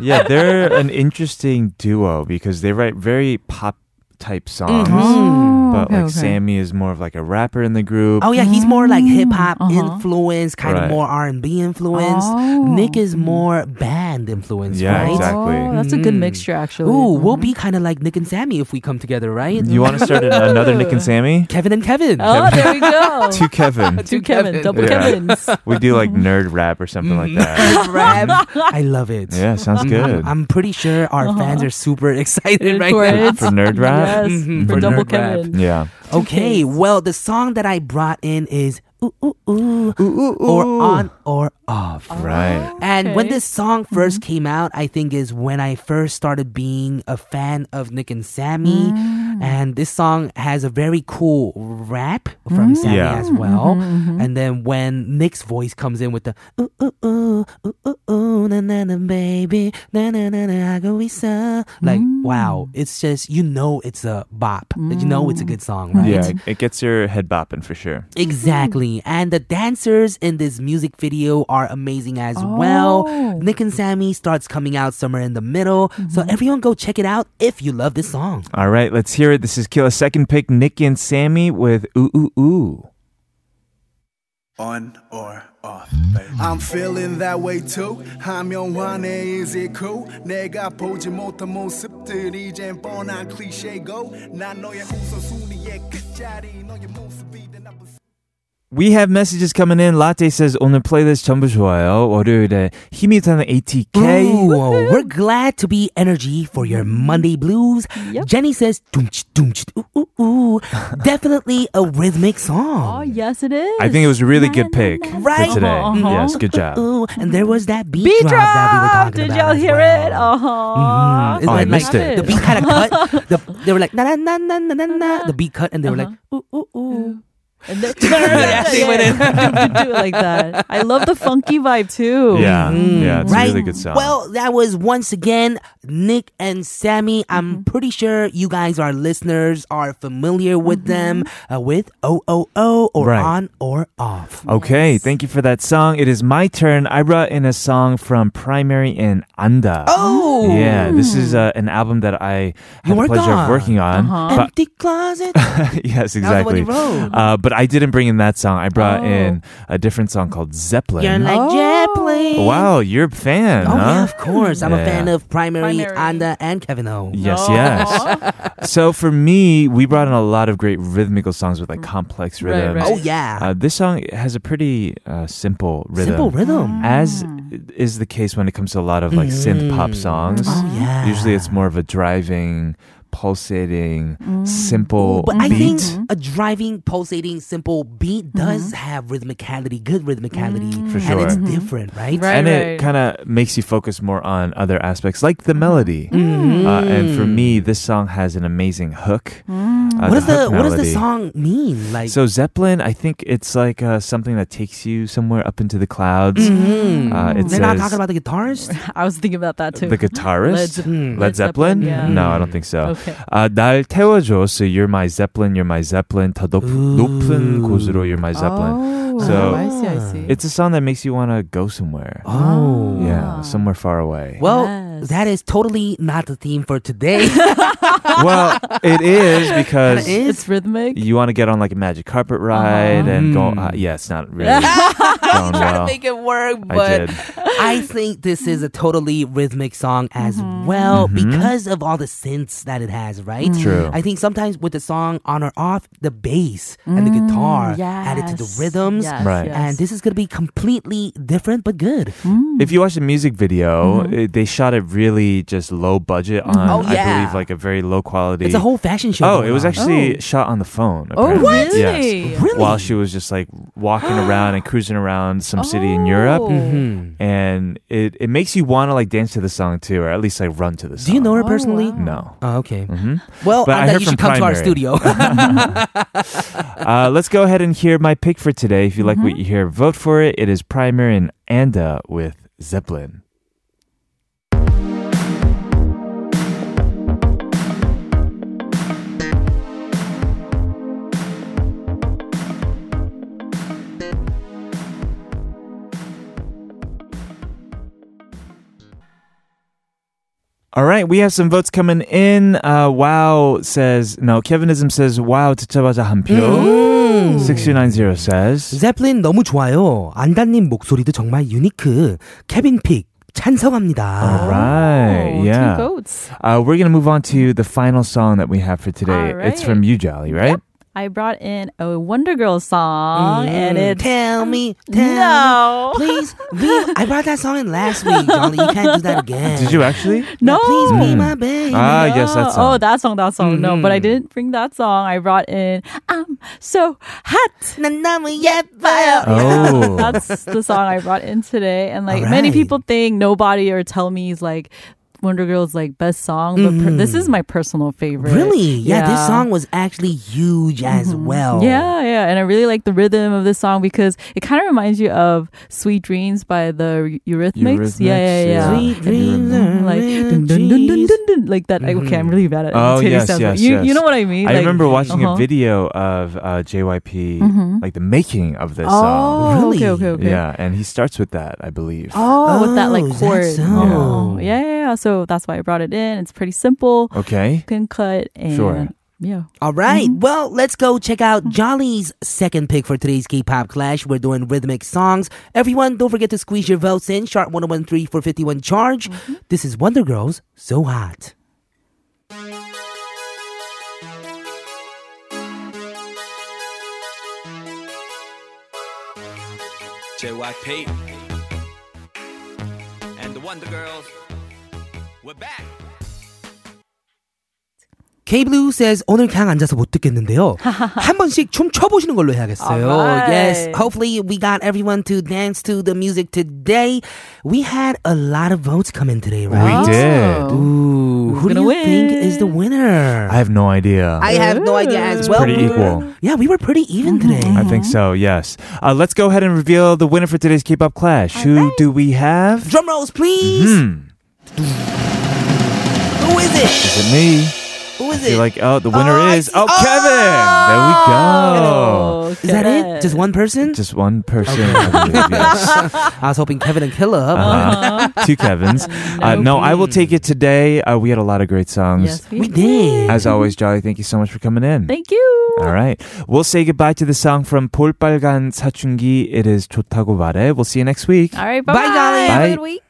Speaker 1: yeah, they're an interesting duo because they write very pop type
Speaker 5: Mm-hmm.
Speaker 1: songs. Mm,
Speaker 5: Oh,
Speaker 1: But like Sammy is more of like a rapper in the group.
Speaker 2: Oh yeah, he's more like hip hop influence, kind of
Speaker 1: Right.
Speaker 2: more R and B influence.
Speaker 5: Oh.
Speaker 2: Nick is more band influence,
Speaker 1: Yeah,
Speaker 2: right? Mm.
Speaker 1: exactly.
Speaker 5: Oh, that's a good mixture, actually. Mm-hmm.
Speaker 2: Ooh, we'll be kind of like Nick and Sammy if we come together, right?
Speaker 1: You want to start an- another Nick and Sammy?
Speaker 2: Kevin and Kevin.
Speaker 5: Oh, there we go.
Speaker 1: Two Kevin.
Speaker 5: Two Kevin, double
Speaker 1: Yeah.
Speaker 5: Kevins.
Speaker 1: We do like nerd rap or something like that.
Speaker 2: Rev. I love it.
Speaker 1: Yeah, sounds good.
Speaker 2: Mm-hmm. I'm pretty sure our fans are super excited right
Speaker 5: for
Speaker 2: now.
Speaker 5: it.
Speaker 1: For nerd rap?
Speaker 5: Yes,
Speaker 2: Mhm. For
Speaker 5: for, double
Speaker 2: nerd rap.
Speaker 5: Kevin.
Speaker 1: Yeah.
Speaker 2: Okay, well, the song that I brought in is ooh ooh ooh, or on or off.
Speaker 1: Right.
Speaker 2: And when
Speaker 5: Okay.
Speaker 2: this song 1st came out, I think is when I first started being a fan of Nick and Sammy. And this song has a very cool rap from Sammy
Speaker 1: Yeah.
Speaker 2: as well. And then when Nick's voice comes in with the ooh ooh ooh ooh ooh ooh na na na baby na na na na hago isa like wow, it's just you know it's a bop. You know it's a good song, right?
Speaker 1: Yeah, it- it gets your head bopping for sure.
Speaker 2: Exactly.
Speaker 5: Mm-hmm.
Speaker 2: And the dancers in this music video are amazing as
Speaker 5: Oh.
Speaker 2: well. Nick and Sammy starts coming out somewhere in the middle. So
Speaker 5: Mm-hmm.
Speaker 2: everyone go check it out if you love this song.
Speaker 1: All right, let's hear it. This is Killa's second pick, Nick and Sammy with Ooh Ooh Ooh.
Speaker 6: On or off,
Speaker 3: I'm feeling that way too 하면 화내 is it cool 내가 보지 못한 모습들이 이젠 뻔한 클리셰고 난 너의 우선순위의 끝자리 너의 모습이 내 나쁜
Speaker 1: We have messages coming in. Latte says 오늘 플레이리스트 전부 좋아요. 월요일에 힘이 타는 ATK.
Speaker 2: Ooh, we're glad to be energy for your
Speaker 5: Mm-hmm.
Speaker 2: Monday blues. Jenny says, "Doomch, doomch, ooh, ooh, ooh." definitely a rhythmic
Speaker 5: Oh,
Speaker 2: song.
Speaker 5: yes, it is.
Speaker 1: I think it was a really good pick
Speaker 2: Right?
Speaker 1: for today.
Speaker 5: Uh-huh, uh-huh.
Speaker 1: Yes, good job.
Speaker 2: Ooh, and there was that beat,
Speaker 5: Beat
Speaker 2: drop, that we were
Speaker 5: drop.
Speaker 2: talking
Speaker 5: Did
Speaker 2: about.
Speaker 5: y'all
Speaker 2: as
Speaker 5: hear
Speaker 2: well.
Speaker 5: it? Uh-huh.
Speaker 2: It
Speaker 1: Oh, I
Speaker 2: went
Speaker 1: missed
Speaker 2: like,
Speaker 1: it.
Speaker 2: The beat
Speaker 1: Uh-huh.
Speaker 2: kind of cut. The, they were like na na na na na na na. The beat cut, and they were like ooh ooh ooh.
Speaker 5: And then yeah,
Speaker 2: went
Speaker 5: yeah. do it like that. I love the funky vibe too.
Speaker 1: Yeah, yeah, it's
Speaker 2: Mm. right.
Speaker 1: a really good song.
Speaker 2: Well, that was once again Nick and Sammy. I'm
Speaker 1: Mm-hmm.
Speaker 2: pretty sure you guys, our listeners, are familiar with them uh, with OOO or
Speaker 1: Mm-hmm. Right.
Speaker 2: on or off.
Speaker 1: okay, thank you for that song. It is my turn. I brought in a song from Primary and Anda.
Speaker 2: Oh,
Speaker 1: Yeah, this is uh, an album that I had
Speaker 2: You
Speaker 1: the
Speaker 2: worked
Speaker 1: pleasure of
Speaker 2: on.
Speaker 1: working on. But-
Speaker 2: empty closet.
Speaker 1: yes,
Speaker 2: That was what
Speaker 1: exactly.
Speaker 2: he wrote.
Speaker 1: Uh, but I didn't bring in that song. I brought
Speaker 5: Oh.
Speaker 1: in a different song called Zeppelin.
Speaker 2: You're like
Speaker 5: Oh.
Speaker 2: Jeppling.
Speaker 1: wow, you're a fan,
Speaker 2: Oh
Speaker 1: huh?
Speaker 2: yeah, of course. I'm a
Speaker 1: Yeah.
Speaker 2: fan of Primary,
Speaker 5: Primary.
Speaker 2: Anda, and Kevin Ho.
Speaker 1: Yes, yes. so for me, we brought in a lot of great rhythmical songs with like
Speaker 2: Mm.
Speaker 1: complex
Speaker 5: Right,
Speaker 1: rhythms.
Speaker 5: right.
Speaker 2: Oh yeah,
Speaker 1: Uh, this song has a pretty uh, simple rhythm.
Speaker 2: simple rhythm.
Speaker 1: As is the case when it comes to a lot of like synth pop songs.
Speaker 2: Oh yeah.
Speaker 1: Usually it's more of a driving, pulsating, simple
Speaker 2: But
Speaker 1: beat.
Speaker 2: I think
Speaker 1: Mm-hmm.
Speaker 2: a driving, pulsating, simple beat does have rhythmicality, good rhythmicality,
Speaker 1: For
Speaker 2: and it's
Speaker 1: sure.
Speaker 2: different, right?
Speaker 5: Right.
Speaker 1: and it kind of makes you focus more on other aspects like the melody
Speaker 2: Mm. Mm-hmm.
Speaker 1: uh, and for me this song has an amazing hook uh,
Speaker 2: What does the
Speaker 1: hook
Speaker 2: What does the
Speaker 1: melody.
Speaker 2: song mean? Like,
Speaker 1: so zeppelin i think it's like uh, something that takes you somewhere up into the clouds
Speaker 2: mm,
Speaker 1: uh, it
Speaker 2: they're not
Speaker 1: says-
Speaker 2: talking about the guitarist.
Speaker 5: I was thinking about that too.
Speaker 1: the guitarist
Speaker 5: Led
Speaker 2: Hmm.
Speaker 1: Led
Speaker 5: Led
Speaker 1: Zeppelin?
Speaker 5: Zeppelin, yeah.
Speaker 1: No, I don't think so.
Speaker 5: Okay.
Speaker 1: Uh, 날 태워줘. So you're my Zeppelin, you're my Zeppelin. 더 높, 높은 곳으로 you're my Zeppelin.
Speaker 5: Oh,
Speaker 1: So-
Speaker 5: I see, I see.
Speaker 1: It's a song that makes you want to go somewhere.
Speaker 2: Oh,
Speaker 1: Yeah, somewhere far away.
Speaker 2: well,
Speaker 5: Yes.
Speaker 2: that is totally not the theme for today.
Speaker 1: well, it is because
Speaker 2: Kinda is.
Speaker 5: it's rhythmic.
Speaker 1: you want to get on like a magic carpet
Speaker 2: Uh-huh.
Speaker 1: ride and go.
Speaker 2: Hmm.
Speaker 1: Uh, yeah, it's not really going well.
Speaker 2: it work,
Speaker 1: I did.
Speaker 2: I think this is a totally rhythmic song as
Speaker 5: Mm-hmm.
Speaker 2: well
Speaker 1: Mm-hmm.
Speaker 2: because of all the synths that it has, right?
Speaker 1: True.
Speaker 2: I think sometimes with the song on or off, the bass and the guitar added to the
Speaker 5: Mm, yes.
Speaker 2: rhythms.
Speaker 5: Yes,
Speaker 1: Right.
Speaker 5: yes. Mm-hmm.
Speaker 2: And this is going to be completely different but good.
Speaker 1: If you watch the music video, it, they shot it really just low budget on,
Speaker 2: Mm-hmm. Oh,
Speaker 1: I
Speaker 2: yeah.
Speaker 1: believe, like a very low quality.
Speaker 2: It's a whole fashion show.
Speaker 1: Oh,
Speaker 2: going
Speaker 1: it was
Speaker 2: on.
Speaker 1: actually shot on the phone.
Speaker 5: Oh,
Speaker 1: apparently.
Speaker 5: really?
Speaker 1: Yes.
Speaker 2: Really?
Speaker 1: While she was just like walking around and cruising around some city in Europe.
Speaker 5: Oh.
Speaker 2: Hmm.
Speaker 1: And it, it makes you want to like dance to the song too, or at least like run to the song.
Speaker 2: Do you know her personally?
Speaker 1: No. Mm-hmm.
Speaker 2: Oh, okay. Well,
Speaker 1: But I
Speaker 2: Anda,
Speaker 1: heard
Speaker 2: you should come
Speaker 1: from
Speaker 2: to our
Speaker 1: Primary.
Speaker 2: studio.
Speaker 1: Uh, let's go ahead and hear my pick for today. If you like what you hear, vote for it. It is Primer and Anda with Zeppelin. All right, we have some votes coming in. Uh, wow says, no, Kevinism says, wow, 듣자마자 한 표.
Speaker 2: Mm-hmm.
Speaker 1: 6290 says,
Speaker 2: Hmm. zeppelin 너무 좋아요. 안다님 목소리도 정말 유니크. 케빈 픽 찬성합니다.
Speaker 1: all right,
Speaker 5: Oh,
Speaker 1: yeah.
Speaker 5: Two goats.
Speaker 1: Uh, we're gonna move on to the final song that we have for today.
Speaker 5: All
Speaker 1: It's from you, Jolly, right?
Speaker 5: I brought in a Wonder Girl song, and it's
Speaker 2: Tell me, tell me.
Speaker 5: no,
Speaker 2: Mm. Please, leave. I brought that song in last week, Johnny. You can't do that again.
Speaker 1: Did you actually?
Speaker 2: Now
Speaker 5: no.
Speaker 2: please be my baby.
Speaker 1: Ah, yes, that song. Mm-hmm.
Speaker 5: Oh, that song, that song. No, but I didn't bring that song. I brought in I'm So Hot.
Speaker 2: 난 너무 예뻐요.
Speaker 1: Oh.
Speaker 5: That's the song I brought in today. And like many
Speaker 2: Alright.
Speaker 5: people think Nobody or Tell Me is like Wonder Girl's like best song, but per-
Speaker 1: Mm.
Speaker 5: this is my personal favorite.
Speaker 2: Really? Yeah, this song was actually huge as well.
Speaker 5: Mm-hmm. Yeah, yeah. And I really like the rhythm of this song because it kind of reminds you of Sweet Dreams by the Eurythmics.
Speaker 1: Eurythmics,
Speaker 5: Yeah, yeah,
Speaker 1: yeah.
Speaker 5: yeah.
Speaker 2: Sweet dreams
Speaker 5: Mhm,
Speaker 2: are
Speaker 5: Like
Speaker 2: real
Speaker 5: dun, dun, dun, dun,
Speaker 2: cheese.
Speaker 5: dun, dun, like that. Okay, I'm really bad at
Speaker 1: Oh,
Speaker 5: imitating
Speaker 1: yes,
Speaker 5: sounds. but
Speaker 1: yes,
Speaker 5: you,
Speaker 1: yes.
Speaker 5: you know what I mean?
Speaker 1: I
Speaker 5: Like,
Speaker 1: remember watching
Speaker 5: uh-huh. Mm-hmm.
Speaker 1: a video of uh, JYP, like the making of this song.
Speaker 5: Oh,
Speaker 2: Really?
Speaker 5: okay, okay, okay.
Speaker 1: Yeah, and he starts with that, I believe.
Speaker 5: Oh, with that like
Speaker 2: Oh, is that
Speaker 5: chord.
Speaker 2: so?
Speaker 5: Oh, yeah, yeah, yeah. So that's why I brought it in. It's pretty simple.
Speaker 1: Okay.
Speaker 5: Can cut and
Speaker 1: Sure.
Speaker 5: yeah.
Speaker 2: All right,
Speaker 5: Mm-hmm.
Speaker 2: Well, let's go check out Jolly's second pick for today's K-pop clash. We're doing rhythmic songs. Everyone, don't forget to squeeze your votes in. Sharp 1013 for 51 charge.
Speaker 5: Mm-hmm.
Speaker 2: This is Wonder Girls, So Hot.
Speaker 6: JYP and the Wonder Girls. We're back.
Speaker 2: K-Blue says 오늘 그냥 앉아서 못 듣겠는데요. 한 번씩 춤 춰보시는 걸로 해야겠어요.
Speaker 5: Alright.
Speaker 2: Yes. Hopefully we got everyone to dance to the music today. We had a lot of votes come in
Speaker 5: oh.
Speaker 2: today, right?
Speaker 1: We did.
Speaker 2: Ooh, who
Speaker 5: Who's
Speaker 2: do you
Speaker 5: gonna
Speaker 2: think is the winner?
Speaker 1: I have no idea.
Speaker 2: I have no idea as well.
Speaker 1: Pretty equal.
Speaker 2: Yeah, we Mm-hmm. were pretty even today.
Speaker 5: Mm-hmm.
Speaker 1: I think so, yes. Uh, let's go ahead and reveal the winner for today's K pop clash. Who do we have?
Speaker 2: Drum rolls, please.
Speaker 1: Hmm.
Speaker 2: Who is it?
Speaker 1: Is it me?
Speaker 2: Who is
Speaker 1: You're
Speaker 2: it?
Speaker 1: Mm-hmm. like, oh, the winner
Speaker 2: Oh, I
Speaker 1: is
Speaker 2: see.
Speaker 1: oh, Kevin. There we go.
Speaker 5: Oh,
Speaker 2: Is that
Speaker 5: good.
Speaker 2: it? Just one person?
Speaker 1: Just one person. I believe, yes.
Speaker 2: I was hoping Kevin and Killa. but
Speaker 1: Uh-huh. Two Kevins. Uh, no, I will take it today. Uh, we had a lot of great songs.
Speaker 5: Yes, we,
Speaker 2: We did.
Speaker 1: As always, Jolly, thank you so much for coming in.
Speaker 5: Thank you.
Speaker 1: All right. We'll say goodbye to the song from 볼빨간 사춘기. It is 좋다고 말해. We'll see you next week.
Speaker 5: All right. Bye,
Speaker 2: Bye,
Speaker 5: bye.
Speaker 2: darling.
Speaker 5: Have a
Speaker 1: Bye.
Speaker 5: good week.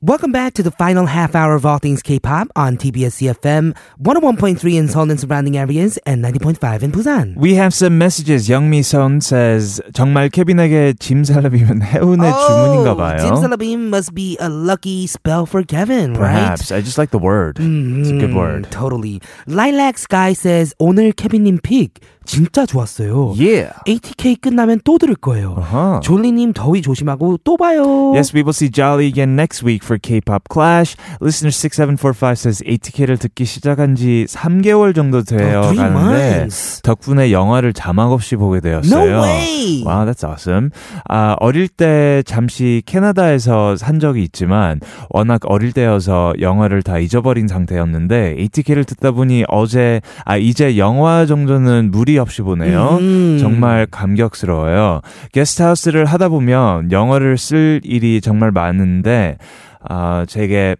Speaker 2: Welcome back to the final half hour of All Things K-Pop on TBS CFM 101.3 in Seoul and surrounding areas and 90.5 in Busan.
Speaker 1: We have some messages. 영미 선 says 정말 케빈에게 짐 살라비면 해운의
Speaker 2: Oh,
Speaker 1: 주문인가 봐요.
Speaker 2: Tim Salabim must be a lucky spell for Kevin,
Speaker 1: Perhaps.
Speaker 2: right? Mm,
Speaker 1: I just like the word. It's a good word.
Speaker 2: Totally. Lilac Sky says 오늘 케빈님 픽 진짜 좋았어요.
Speaker 1: Yeah.
Speaker 2: ATK 끝나면 또 들을 거예요.
Speaker 1: Uh-huh.
Speaker 2: 졸리님 더위 조심하고 또 봐요.
Speaker 1: Yes, we will see Jolly again next week for K-pop Clash. Listener 6745 says ATK를 듣기 시작한 지 3개월 정도 돼요.
Speaker 2: Oh, three
Speaker 1: 라는데
Speaker 2: months.
Speaker 1: 덕분에 영화를 자막 없이 보게 되었어요.
Speaker 2: No way!
Speaker 1: Wow, that's awesome. 아, 어릴 때 잠시 캐나다에서 산 적이 있지만 워낙 어릴 때여서 영화를 다 잊어버린 상태였는데 ATK를 듣다 보니 어제 아 이제 영화 정도는 무리 없이 보네요.
Speaker 2: 음.
Speaker 1: 정말 감격스러워요. 게스트하우스를 하다 보면 영어를 쓸 일이 정말 많은데 아 제게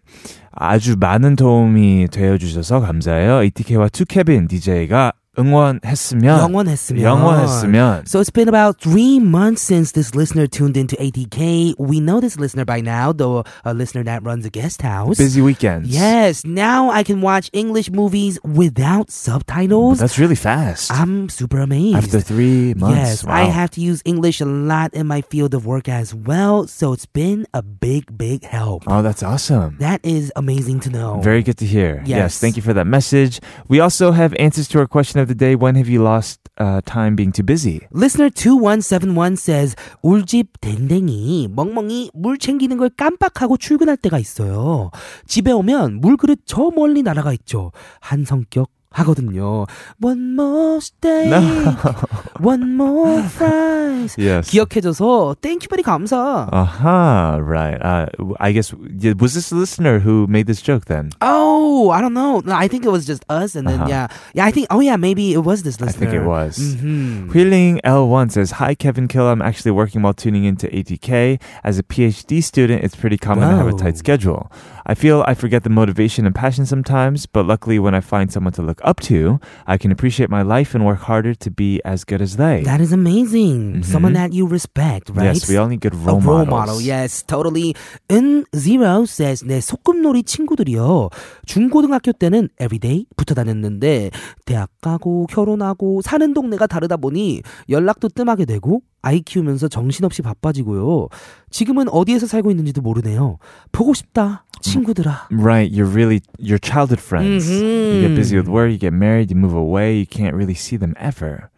Speaker 1: 아주 많은 도움이 되어 주셔서 감사해요. ATK와 투케빈 DJ가 응원했으면
Speaker 2: 영원했으면.
Speaker 1: 영원했으면
Speaker 2: So it's been about three months since this listener tuned into ATK. We know this listener by now, though a listener that runs a guest house.
Speaker 1: busy weekends.
Speaker 2: Yes, now I can watch English movies without subtitles.
Speaker 1: That's really fast.
Speaker 2: I'm super amazed.
Speaker 1: After three months.
Speaker 2: yes, I
Speaker 1: wow.
Speaker 2: have to use English a lot in my field of work as well, so it's been a big, big help.
Speaker 1: Oh, that's awesome.
Speaker 2: That is amazing to know.
Speaker 1: Very good to hear. Yes.
Speaker 2: Yes.
Speaker 1: thank you for that message. We also have answers to our question of the day. When have you lost uh, time being too busy?
Speaker 2: Listener 2171 says 울집 댕댕이 멍멍이 물 챙기는 걸 깜빡하고 출근할 때가 있어요. 집에 오면 물그릇 저 멀리 날아가 있죠. 한 성격 하거든요. One more day, one more fries.
Speaker 1: Yes. 아.
Speaker 2: 기억해줘서 땡큐 베리 감사.
Speaker 1: Aha, right. Uh, w- I guess yeah, was this a listener who made this joke then?
Speaker 2: Oh, I don't know. No, I think it was just us, and then yeah, yeah. I think oh yeah, maybe it was this
Speaker 1: I
Speaker 2: listener.
Speaker 1: think it was.
Speaker 2: Mhm.
Speaker 1: Wheeling L1 says, Hi, Kevin Kill. I'm actually working while tuning into ATK. As a PhD student, it's pretty common to have a
Speaker 2: Wow.
Speaker 1: tight schedule. I feel I forget the motivation and passion sometimes, but luckily, when I find someone to look up to, I can appreciate my life and work harder to be as good as they.
Speaker 2: That is amazing. Someone that you respect, right?
Speaker 1: Mm-hmm. Yes, we all need good
Speaker 2: A
Speaker 1: role,
Speaker 2: role model,
Speaker 1: models.
Speaker 2: yes, totally. N Zero says, 내 소꿉놀이 친구들이요. 중고등학교 때는 everyday 붙어 다녔는데, 대학 가고, 결혼하고, 사는 동네가 다르다 보니, 연락도 뜸하게 되고, 아이 키우면서 정신없이 바빠지고요. 지금은 어디에서 살고 있는지도 모르네요. 보고 싶다, 친구들아.
Speaker 1: Right, you're really your childhood friends. You get
Speaker 2: Mhm.
Speaker 1: busy with work, you get married, you move away, you can't really see them ever.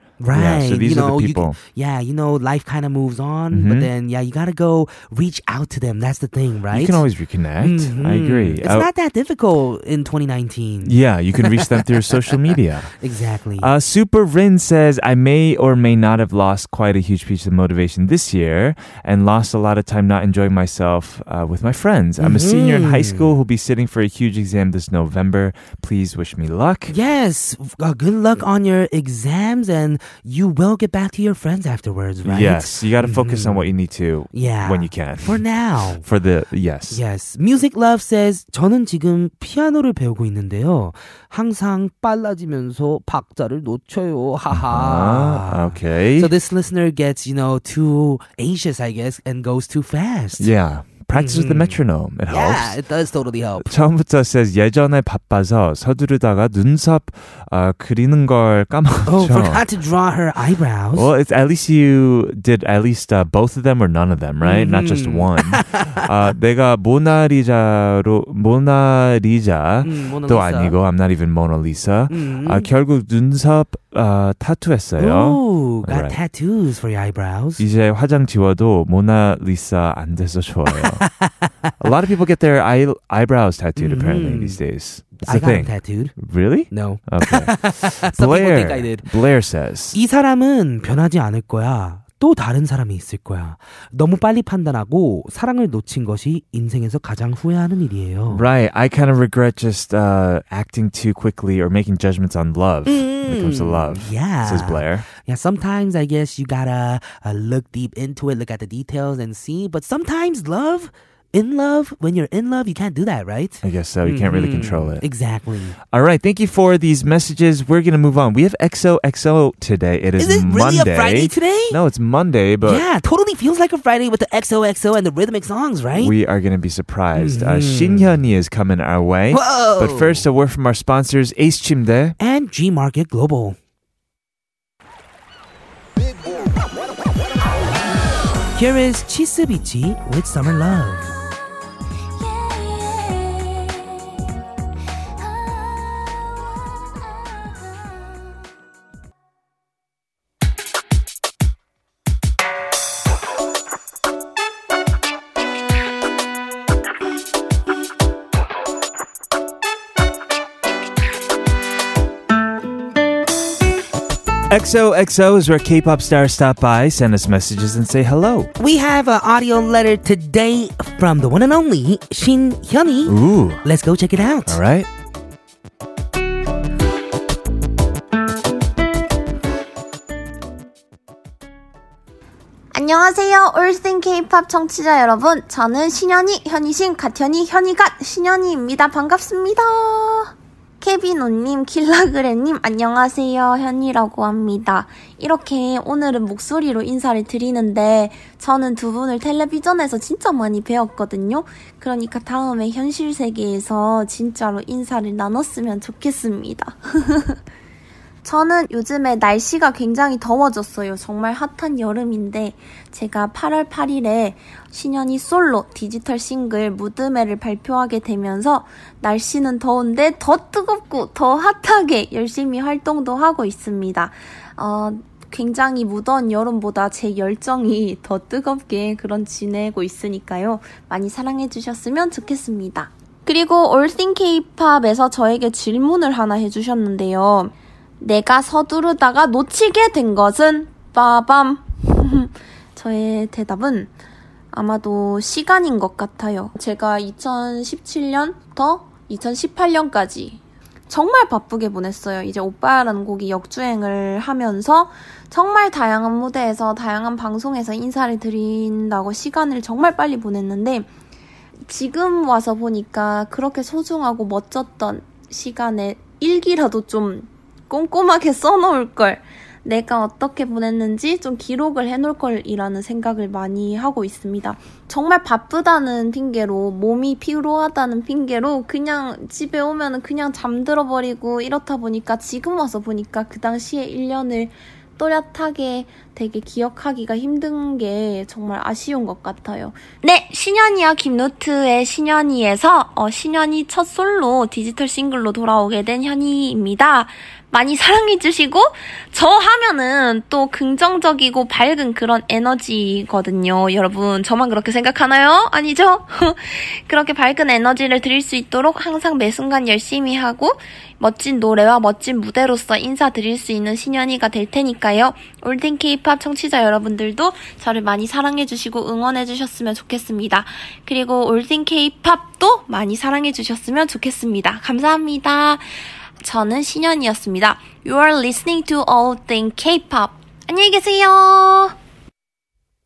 Speaker 1: Yeah,
Speaker 2: Right.
Speaker 1: so these
Speaker 2: you
Speaker 1: are
Speaker 2: know,
Speaker 1: the
Speaker 2: you can-
Speaker 1: people.
Speaker 2: yeah, you know, life kind of moves on,
Speaker 1: Mhm.
Speaker 2: but then, yeah, you gotta go reach out to them. That's the thing, right?
Speaker 1: You can always reconnect. I
Speaker 2: Mhm.
Speaker 1: agree.
Speaker 2: It's
Speaker 1: Uh,
Speaker 2: not that difficult in 2019.
Speaker 1: yeah, you can reach them through social media.
Speaker 2: Exactly.
Speaker 1: Uh, Super Rin says, I may or may not have lost quite a huge piece of motivation this year and lost a lot of time not enjoying myself uh, with my friends. I'm a
Speaker 2: Mm-hmm.
Speaker 1: senior in high school who'll be sitting for a huge exam this November. Please wish me luck.
Speaker 2: yes. Uh, good luck on your exams and you will get back to your friends afterwards, right? Mm-hmm.
Speaker 1: Yes, you got to focus on what you need to
Speaker 2: Yeah.
Speaker 1: when you can.
Speaker 2: For now.
Speaker 1: For the yes.
Speaker 2: Yes. Music Love says 저는 지금 피아노를 배우고 있는데요. 항상 빨라지면서 박자를 놓쳐요.
Speaker 1: Ah,
Speaker 2: 하하.
Speaker 1: okay.
Speaker 2: So this listener gets, you know, too anxious, I guess, and goes too fast.
Speaker 1: yeah. Practice with the metronome. It
Speaker 2: Mm-hmm. Yeah,
Speaker 1: helps.
Speaker 2: it does totally help.
Speaker 1: 처음부터 says 예전에 바빠서 서두르다가 눈썹 아, 그리는 걸 까먹었죠.
Speaker 2: Oh, forgot to draw her eyebrows.
Speaker 1: Well, it's at least you did at least uh, both of them or none of them, right? Not just
Speaker 2: Mhm.
Speaker 1: one. uh, 내가 모나리자로 모나리자
Speaker 2: 음, 모나리자.
Speaker 1: 또 아니고 I'm not even Mona Lisa.
Speaker 2: 음.
Speaker 1: 아, 결국 눈썹 아, 타투했어요.
Speaker 2: Ooh, got
Speaker 1: Right.
Speaker 2: tattoos for your eyebrows.
Speaker 1: 이제 화장 지워도 모나리사 안 돼서 좋아요. A lot of people get their eye, eyebrows tattooed apparently
Speaker 2: Mhm.
Speaker 1: these days. It's
Speaker 2: I
Speaker 1: a
Speaker 2: got 'em
Speaker 1: thing.
Speaker 2: tattooed.
Speaker 1: Really?
Speaker 2: No.
Speaker 1: Okay.
Speaker 2: Some people
Speaker 1: Blair.
Speaker 2: think I did.
Speaker 1: Blair says.
Speaker 2: 이 사람은 변하지 않을 거야. 또 다른 사람이 있을 거야. 너무 빨리 판단하고 사랑을 놓친 것이 인생에서 가장 후회하는 일이에요.
Speaker 1: Right. I kind of regret just uh, acting too quickly or making judgments on love when it comes to love.
Speaker 2: Mm. Yeah.
Speaker 1: Says Blair.
Speaker 2: Yeah, sometimes I guess you gotta uh, look deep into it, look at the details and see. But sometimes love, in love, when you're in love, you can't do that, right?
Speaker 1: I guess so. You can't really
Speaker 2: Mhm.
Speaker 1: control it.
Speaker 2: Exactly.
Speaker 1: All right. Thank you for these messages. We're going to move on. We have XOXO today. It is,
Speaker 2: Is it really
Speaker 1: Monday.
Speaker 2: a Friday today?
Speaker 1: No, it's Monday, but
Speaker 2: yeah, totally feels like a Friday with the XOXO and the rhythmic songs, right?
Speaker 1: we
Speaker 2: Mm-hmm.
Speaker 1: are going to be surprised. Uh, 신현이 is coming our way.
Speaker 2: Whoa.
Speaker 1: But first, a word from our sponsors, Ace Chimde.
Speaker 2: and G Market Global. Here is Chisabichi with Summer Love.
Speaker 10: Oh,
Speaker 1: XOXO is where K-pop stars stop by, send us messages, and say hello.
Speaker 2: We have an audio letter today from the one and only Shin Hyunee.
Speaker 1: Ooh.
Speaker 2: Let's go check it out.
Speaker 1: All right.
Speaker 10: 안녕하세요. 올스팅 케이팝 청취자 여러분. 저는 신현이, 현이신, 갓현이, 현이갓, 신현이입니다. 반갑습니다. 케빈 온님, 킬라그레님, 안녕하세요. 현이라고 합니다. 이렇게 오늘은 목소리로 인사를 드리는데, 저는 두 분을 텔레비전에서 진짜 많이 배웠거든요. 그러니까 다음에 현실 세계에서 진짜로 인사를 나눴으면 좋겠습니다. 저는 요즘에 날씨가 굉장히 더워졌어요. 정말 핫한 여름인데 제가 8월 8일에 신현이 솔로 디지털 싱글 무드매를 발표하게 되면서 날씨는 더운데 더 뜨겁고 더 핫하게 열심히 활동도 하고 있습니다. 어, 굉장히 무더운 여름보다 제 열정이 더 뜨겁게 그런 지내고 있으니까요. 많이 사랑해 주셨으면 좋겠습니다. 그리고 올싱 케이팝에서 저에게 질문을 하나 해주셨는데요. 내가 서두르다가 놓치게 된 것은 빠밤. 저의 대답은 아마도 시간인 것 같아요. 제가 2017년부터 2018년까지 정말 바쁘게 보냈어요. 이제 오빠라는 곡이 역주행을 하면서 정말 다양한 무대에서 다양한 방송에서 인사를 드린다고 시간을 정말 빨리 보냈는데 지금 와서 보니까 그렇게 소중하고 멋졌던 시간에 일기라도 좀 꼼꼼하게 써놓을 걸. 내가 어떻게 보냈는지 좀 기록을 해놓을 걸이라는 생각을 많이 하고 있습니다. 정말 바쁘다는 핑계로, 몸이 피로하다는 핑계로, 그냥 집에 오면 그냥 잠들어버리고 이렇다 보니까 지금 와서 보니까 그 당시에 1년을 또렷하게 되게 기억하기가 힘든 게 정말 아쉬운 것 같아요. 네, 신현이와 김노트의 신현이에서 어, 신현이 첫 솔로 디지털 싱글로 돌아오게 된 현이입니다. 많이 사랑해주시고 저 하면은 또 긍정적이고 밝은 그런 에너지거든요. 여러분 저만 그렇게 생각하나요? 아니죠? 그렇게 밝은 에너지를 드릴 수 있도록 항상 매 순간 열심히 하고 멋진 노래와 멋진 무대로서 인사드릴 수 있는 신현이가 될 테니까요. 올든 케이팝 청취자 여러분들도 저를 많이 사랑해주시고 응원해주셨으면 좋겠습니다. 그리고 올든 케이팝도 많이 사랑해주셨으면 좋겠습니다. 감사합니다. 저는 신현이었습니다. You are listening to all thing K-pop. 안녕히 계세요.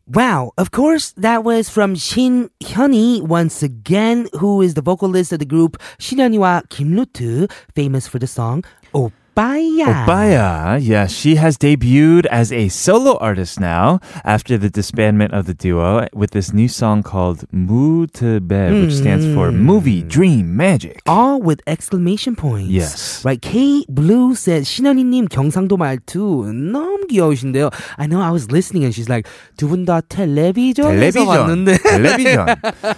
Speaker 2: Wow, of course, that was from Shin Hyun이 once again, who is the vocalist of the group 신현이와 김루트, famous for the song 오빠야.
Speaker 1: Opaya, yeah, she has debuted as a solo artist now after the disbandment of the duo with this new song called Mutebe, which stands for
Speaker 2: Hmm.
Speaker 1: Movie Dream Magic.
Speaker 2: all with exclamation points.
Speaker 1: Yes.
Speaker 2: Right. K Blue said, 신현이님 경상도 말투 너무 귀여우신데요. I know I was listening and she's like, 두 분 다 텔레비전에서
Speaker 1: Television.
Speaker 2: 왔는데.
Speaker 1: Television.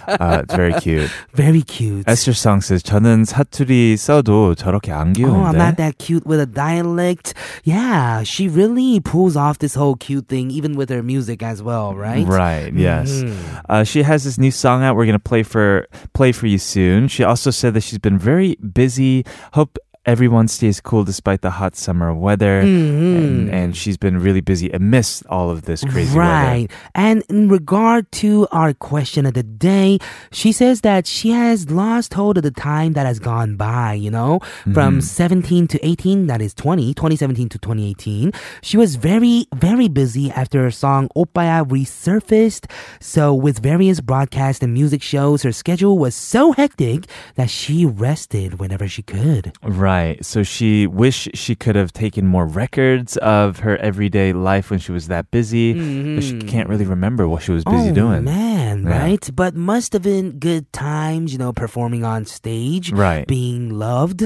Speaker 1: Uh, it's very cute.
Speaker 2: Very cute.
Speaker 1: Esther Song says, 저는 사투리 써도 저렇게 안
Speaker 2: Oh, I'm not
Speaker 1: 귀여운데.
Speaker 2: that cute with a dialect. Yeah, she really pulls off this whole cute thing, even with her music as well, right? Mm-hmm.
Speaker 1: Right. Yes. Uh, she has this new song out. We're gonna play for play for you soon. She also said that she's been very busy. Hope everyone stays cool despite the hot summer weather.
Speaker 2: Mm-hmm.
Speaker 1: And, and she's been really busy amidst all of this crazy
Speaker 2: Right. And in regard to our question of the day, she says that she has lost hold of the time that has gone by, you know,
Speaker 1: Mm-hmm.
Speaker 2: from 17 to 18, that is 20, 2017 to 2018. She was very, very busy after her song Opaya resurfaced. So with various broadcasts and music shows, her schedule was so hectic that she rested whenever she could.
Speaker 1: weather. Right. So she wished she could have taken more records of her everyday life when she was that busy, but she can't really remember what she was busy
Speaker 2: Mm-hmm. oh,
Speaker 1: doing.
Speaker 2: Man,
Speaker 1: Yeah.
Speaker 2: right? But must have been good times, you know, performing on stage,
Speaker 1: Right. Mm-hmm.
Speaker 2: Being loved,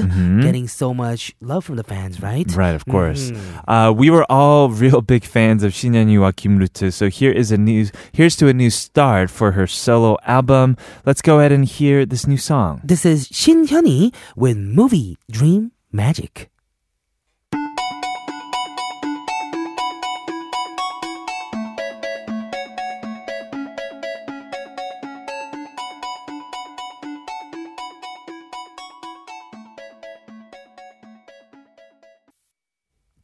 Speaker 2: getting so much love from the fans, right?
Speaker 1: Right, of course. Uh, we were all real big fans of Shinyeonyu Kim Rutu, so here is a new here's to a new start for her solo album. Let's go ahead and hear this new song.
Speaker 2: This is Shin Hyun이 with movie Dream Magic.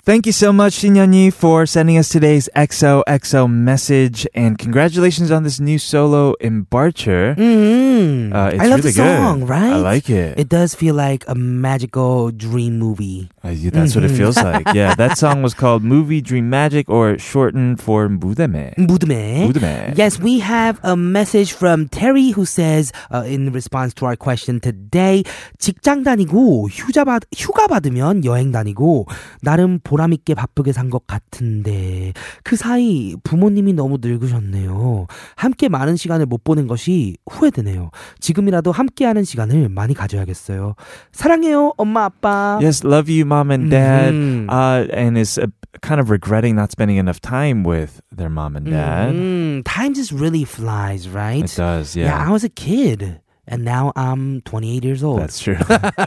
Speaker 1: Thank you so much, Shinyeonyu, for sending us today's XOXO message, and congratulations on this new solo embarcher.
Speaker 2: Mm.
Speaker 1: Uh, it's
Speaker 2: I
Speaker 1: really
Speaker 2: love the song,
Speaker 1: good.
Speaker 2: right?
Speaker 1: I like it.
Speaker 2: It does feel like a magical dream movie.
Speaker 1: Uh, yeah, that's what it feels like. Yeah, that song was called "Movie Dream Magic," or shortened for "무대매."
Speaker 2: 무드매.
Speaker 1: 무드매.
Speaker 2: Yes, we have a message from Terry who says uh, in response to our question today 직장 다니고 휴자 받, 휴가 받으면 여행 다니고 나름 보람 있게 바쁘게 산 것 같은데 그 사이 부모님이 너무 늙으셨네요. 함께 많은 시간을 못 보낸 것이 후회되네요. 지금이라도 함께하는 시간을 많이 가져야겠어요. 사랑해요, 엄마 아빠.
Speaker 1: Yes, love you, mom and dad.
Speaker 2: Mhm.
Speaker 1: Uh, and is uh, kind of regretting not spending enough time with their mom and dad.
Speaker 2: Mm, time just really flies, right?
Speaker 1: It does, yeah.
Speaker 2: Yeah, I was a kid. And now I'm 28 years old.
Speaker 1: That's true.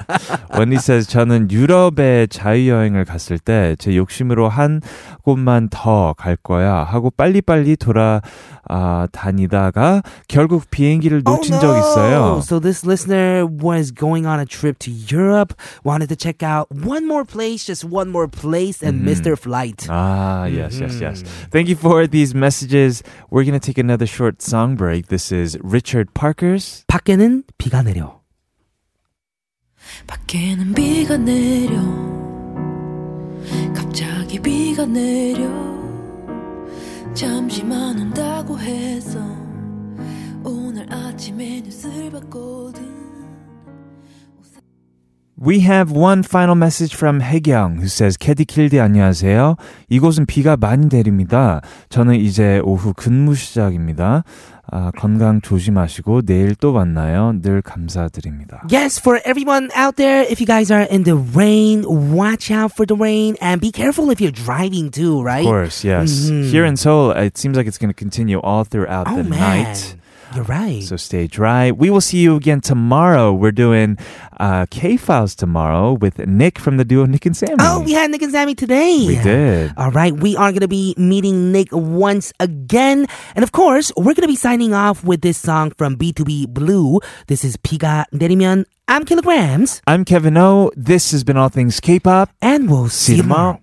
Speaker 1: Wendy says 저는 유럽에 자유여행을 갔을 때 제 욕심으로 한 곳만 더 갈 거야 하고 빨리빨리 돌아 아, 다니다가 결국 비행기를
Speaker 2: Oh,
Speaker 1: 놓친 적 있어요.
Speaker 2: So this listener was going on a trip to Europe, wanted to check out one more place, just one more place, and missed their flight.
Speaker 1: Mm-hmm. Ah, yes, yes, yes.
Speaker 2: Mm-hmm.
Speaker 1: Thank you for these messages. We're going to take another short song break. This is Richard Parker's
Speaker 2: 밖에는 비가 내려.
Speaker 11: 밖에는 비가 내려 갑자기 비가 내려 잠시만 온다고 해서 오늘 아침에 뉴스를 봤거든
Speaker 1: We have one final message from 혜경 who says 캐디킬디 안녕하세요. 이곳은 비가 많이 내립니다. 저는 이제 오후 근무 시작입니다. 아, 건강 조심하시고 내일 또 만나요. 늘 감사드립니다.
Speaker 2: Yes, for everyone out there, if you guys are in the rain, watch out for the rain and be careful if you're driving too, right?
Speaker 1: Of course, yes. Here in Seoul, it seems like it's going to continue all throughout
Speaker 2: Mm-hmm. Oh
Speaker 1: the
Speaker 2: man,
Speaker 1: night.
Speaker 2: you're right.
Speaker 1: So stay dry. We will see you again tomorrow. We're doing uh, K Files tomorrow with Nick from the duo Nick and Sammy.
Speaker 2: Oh, we had Nick and Sammy today.
Speaker 1: We did.
Speaker 2: All right, we are going to be meeting Nick once again. And of course, we're going to be signing off with this song from B2B Blue. This is Piga Neriman. I'm Kilograms,
Speaker 1: I'm Kevin O. This has been All Things K-pop.
Speaker 2: and we'll see,
Speaker 1: See you tomorrow.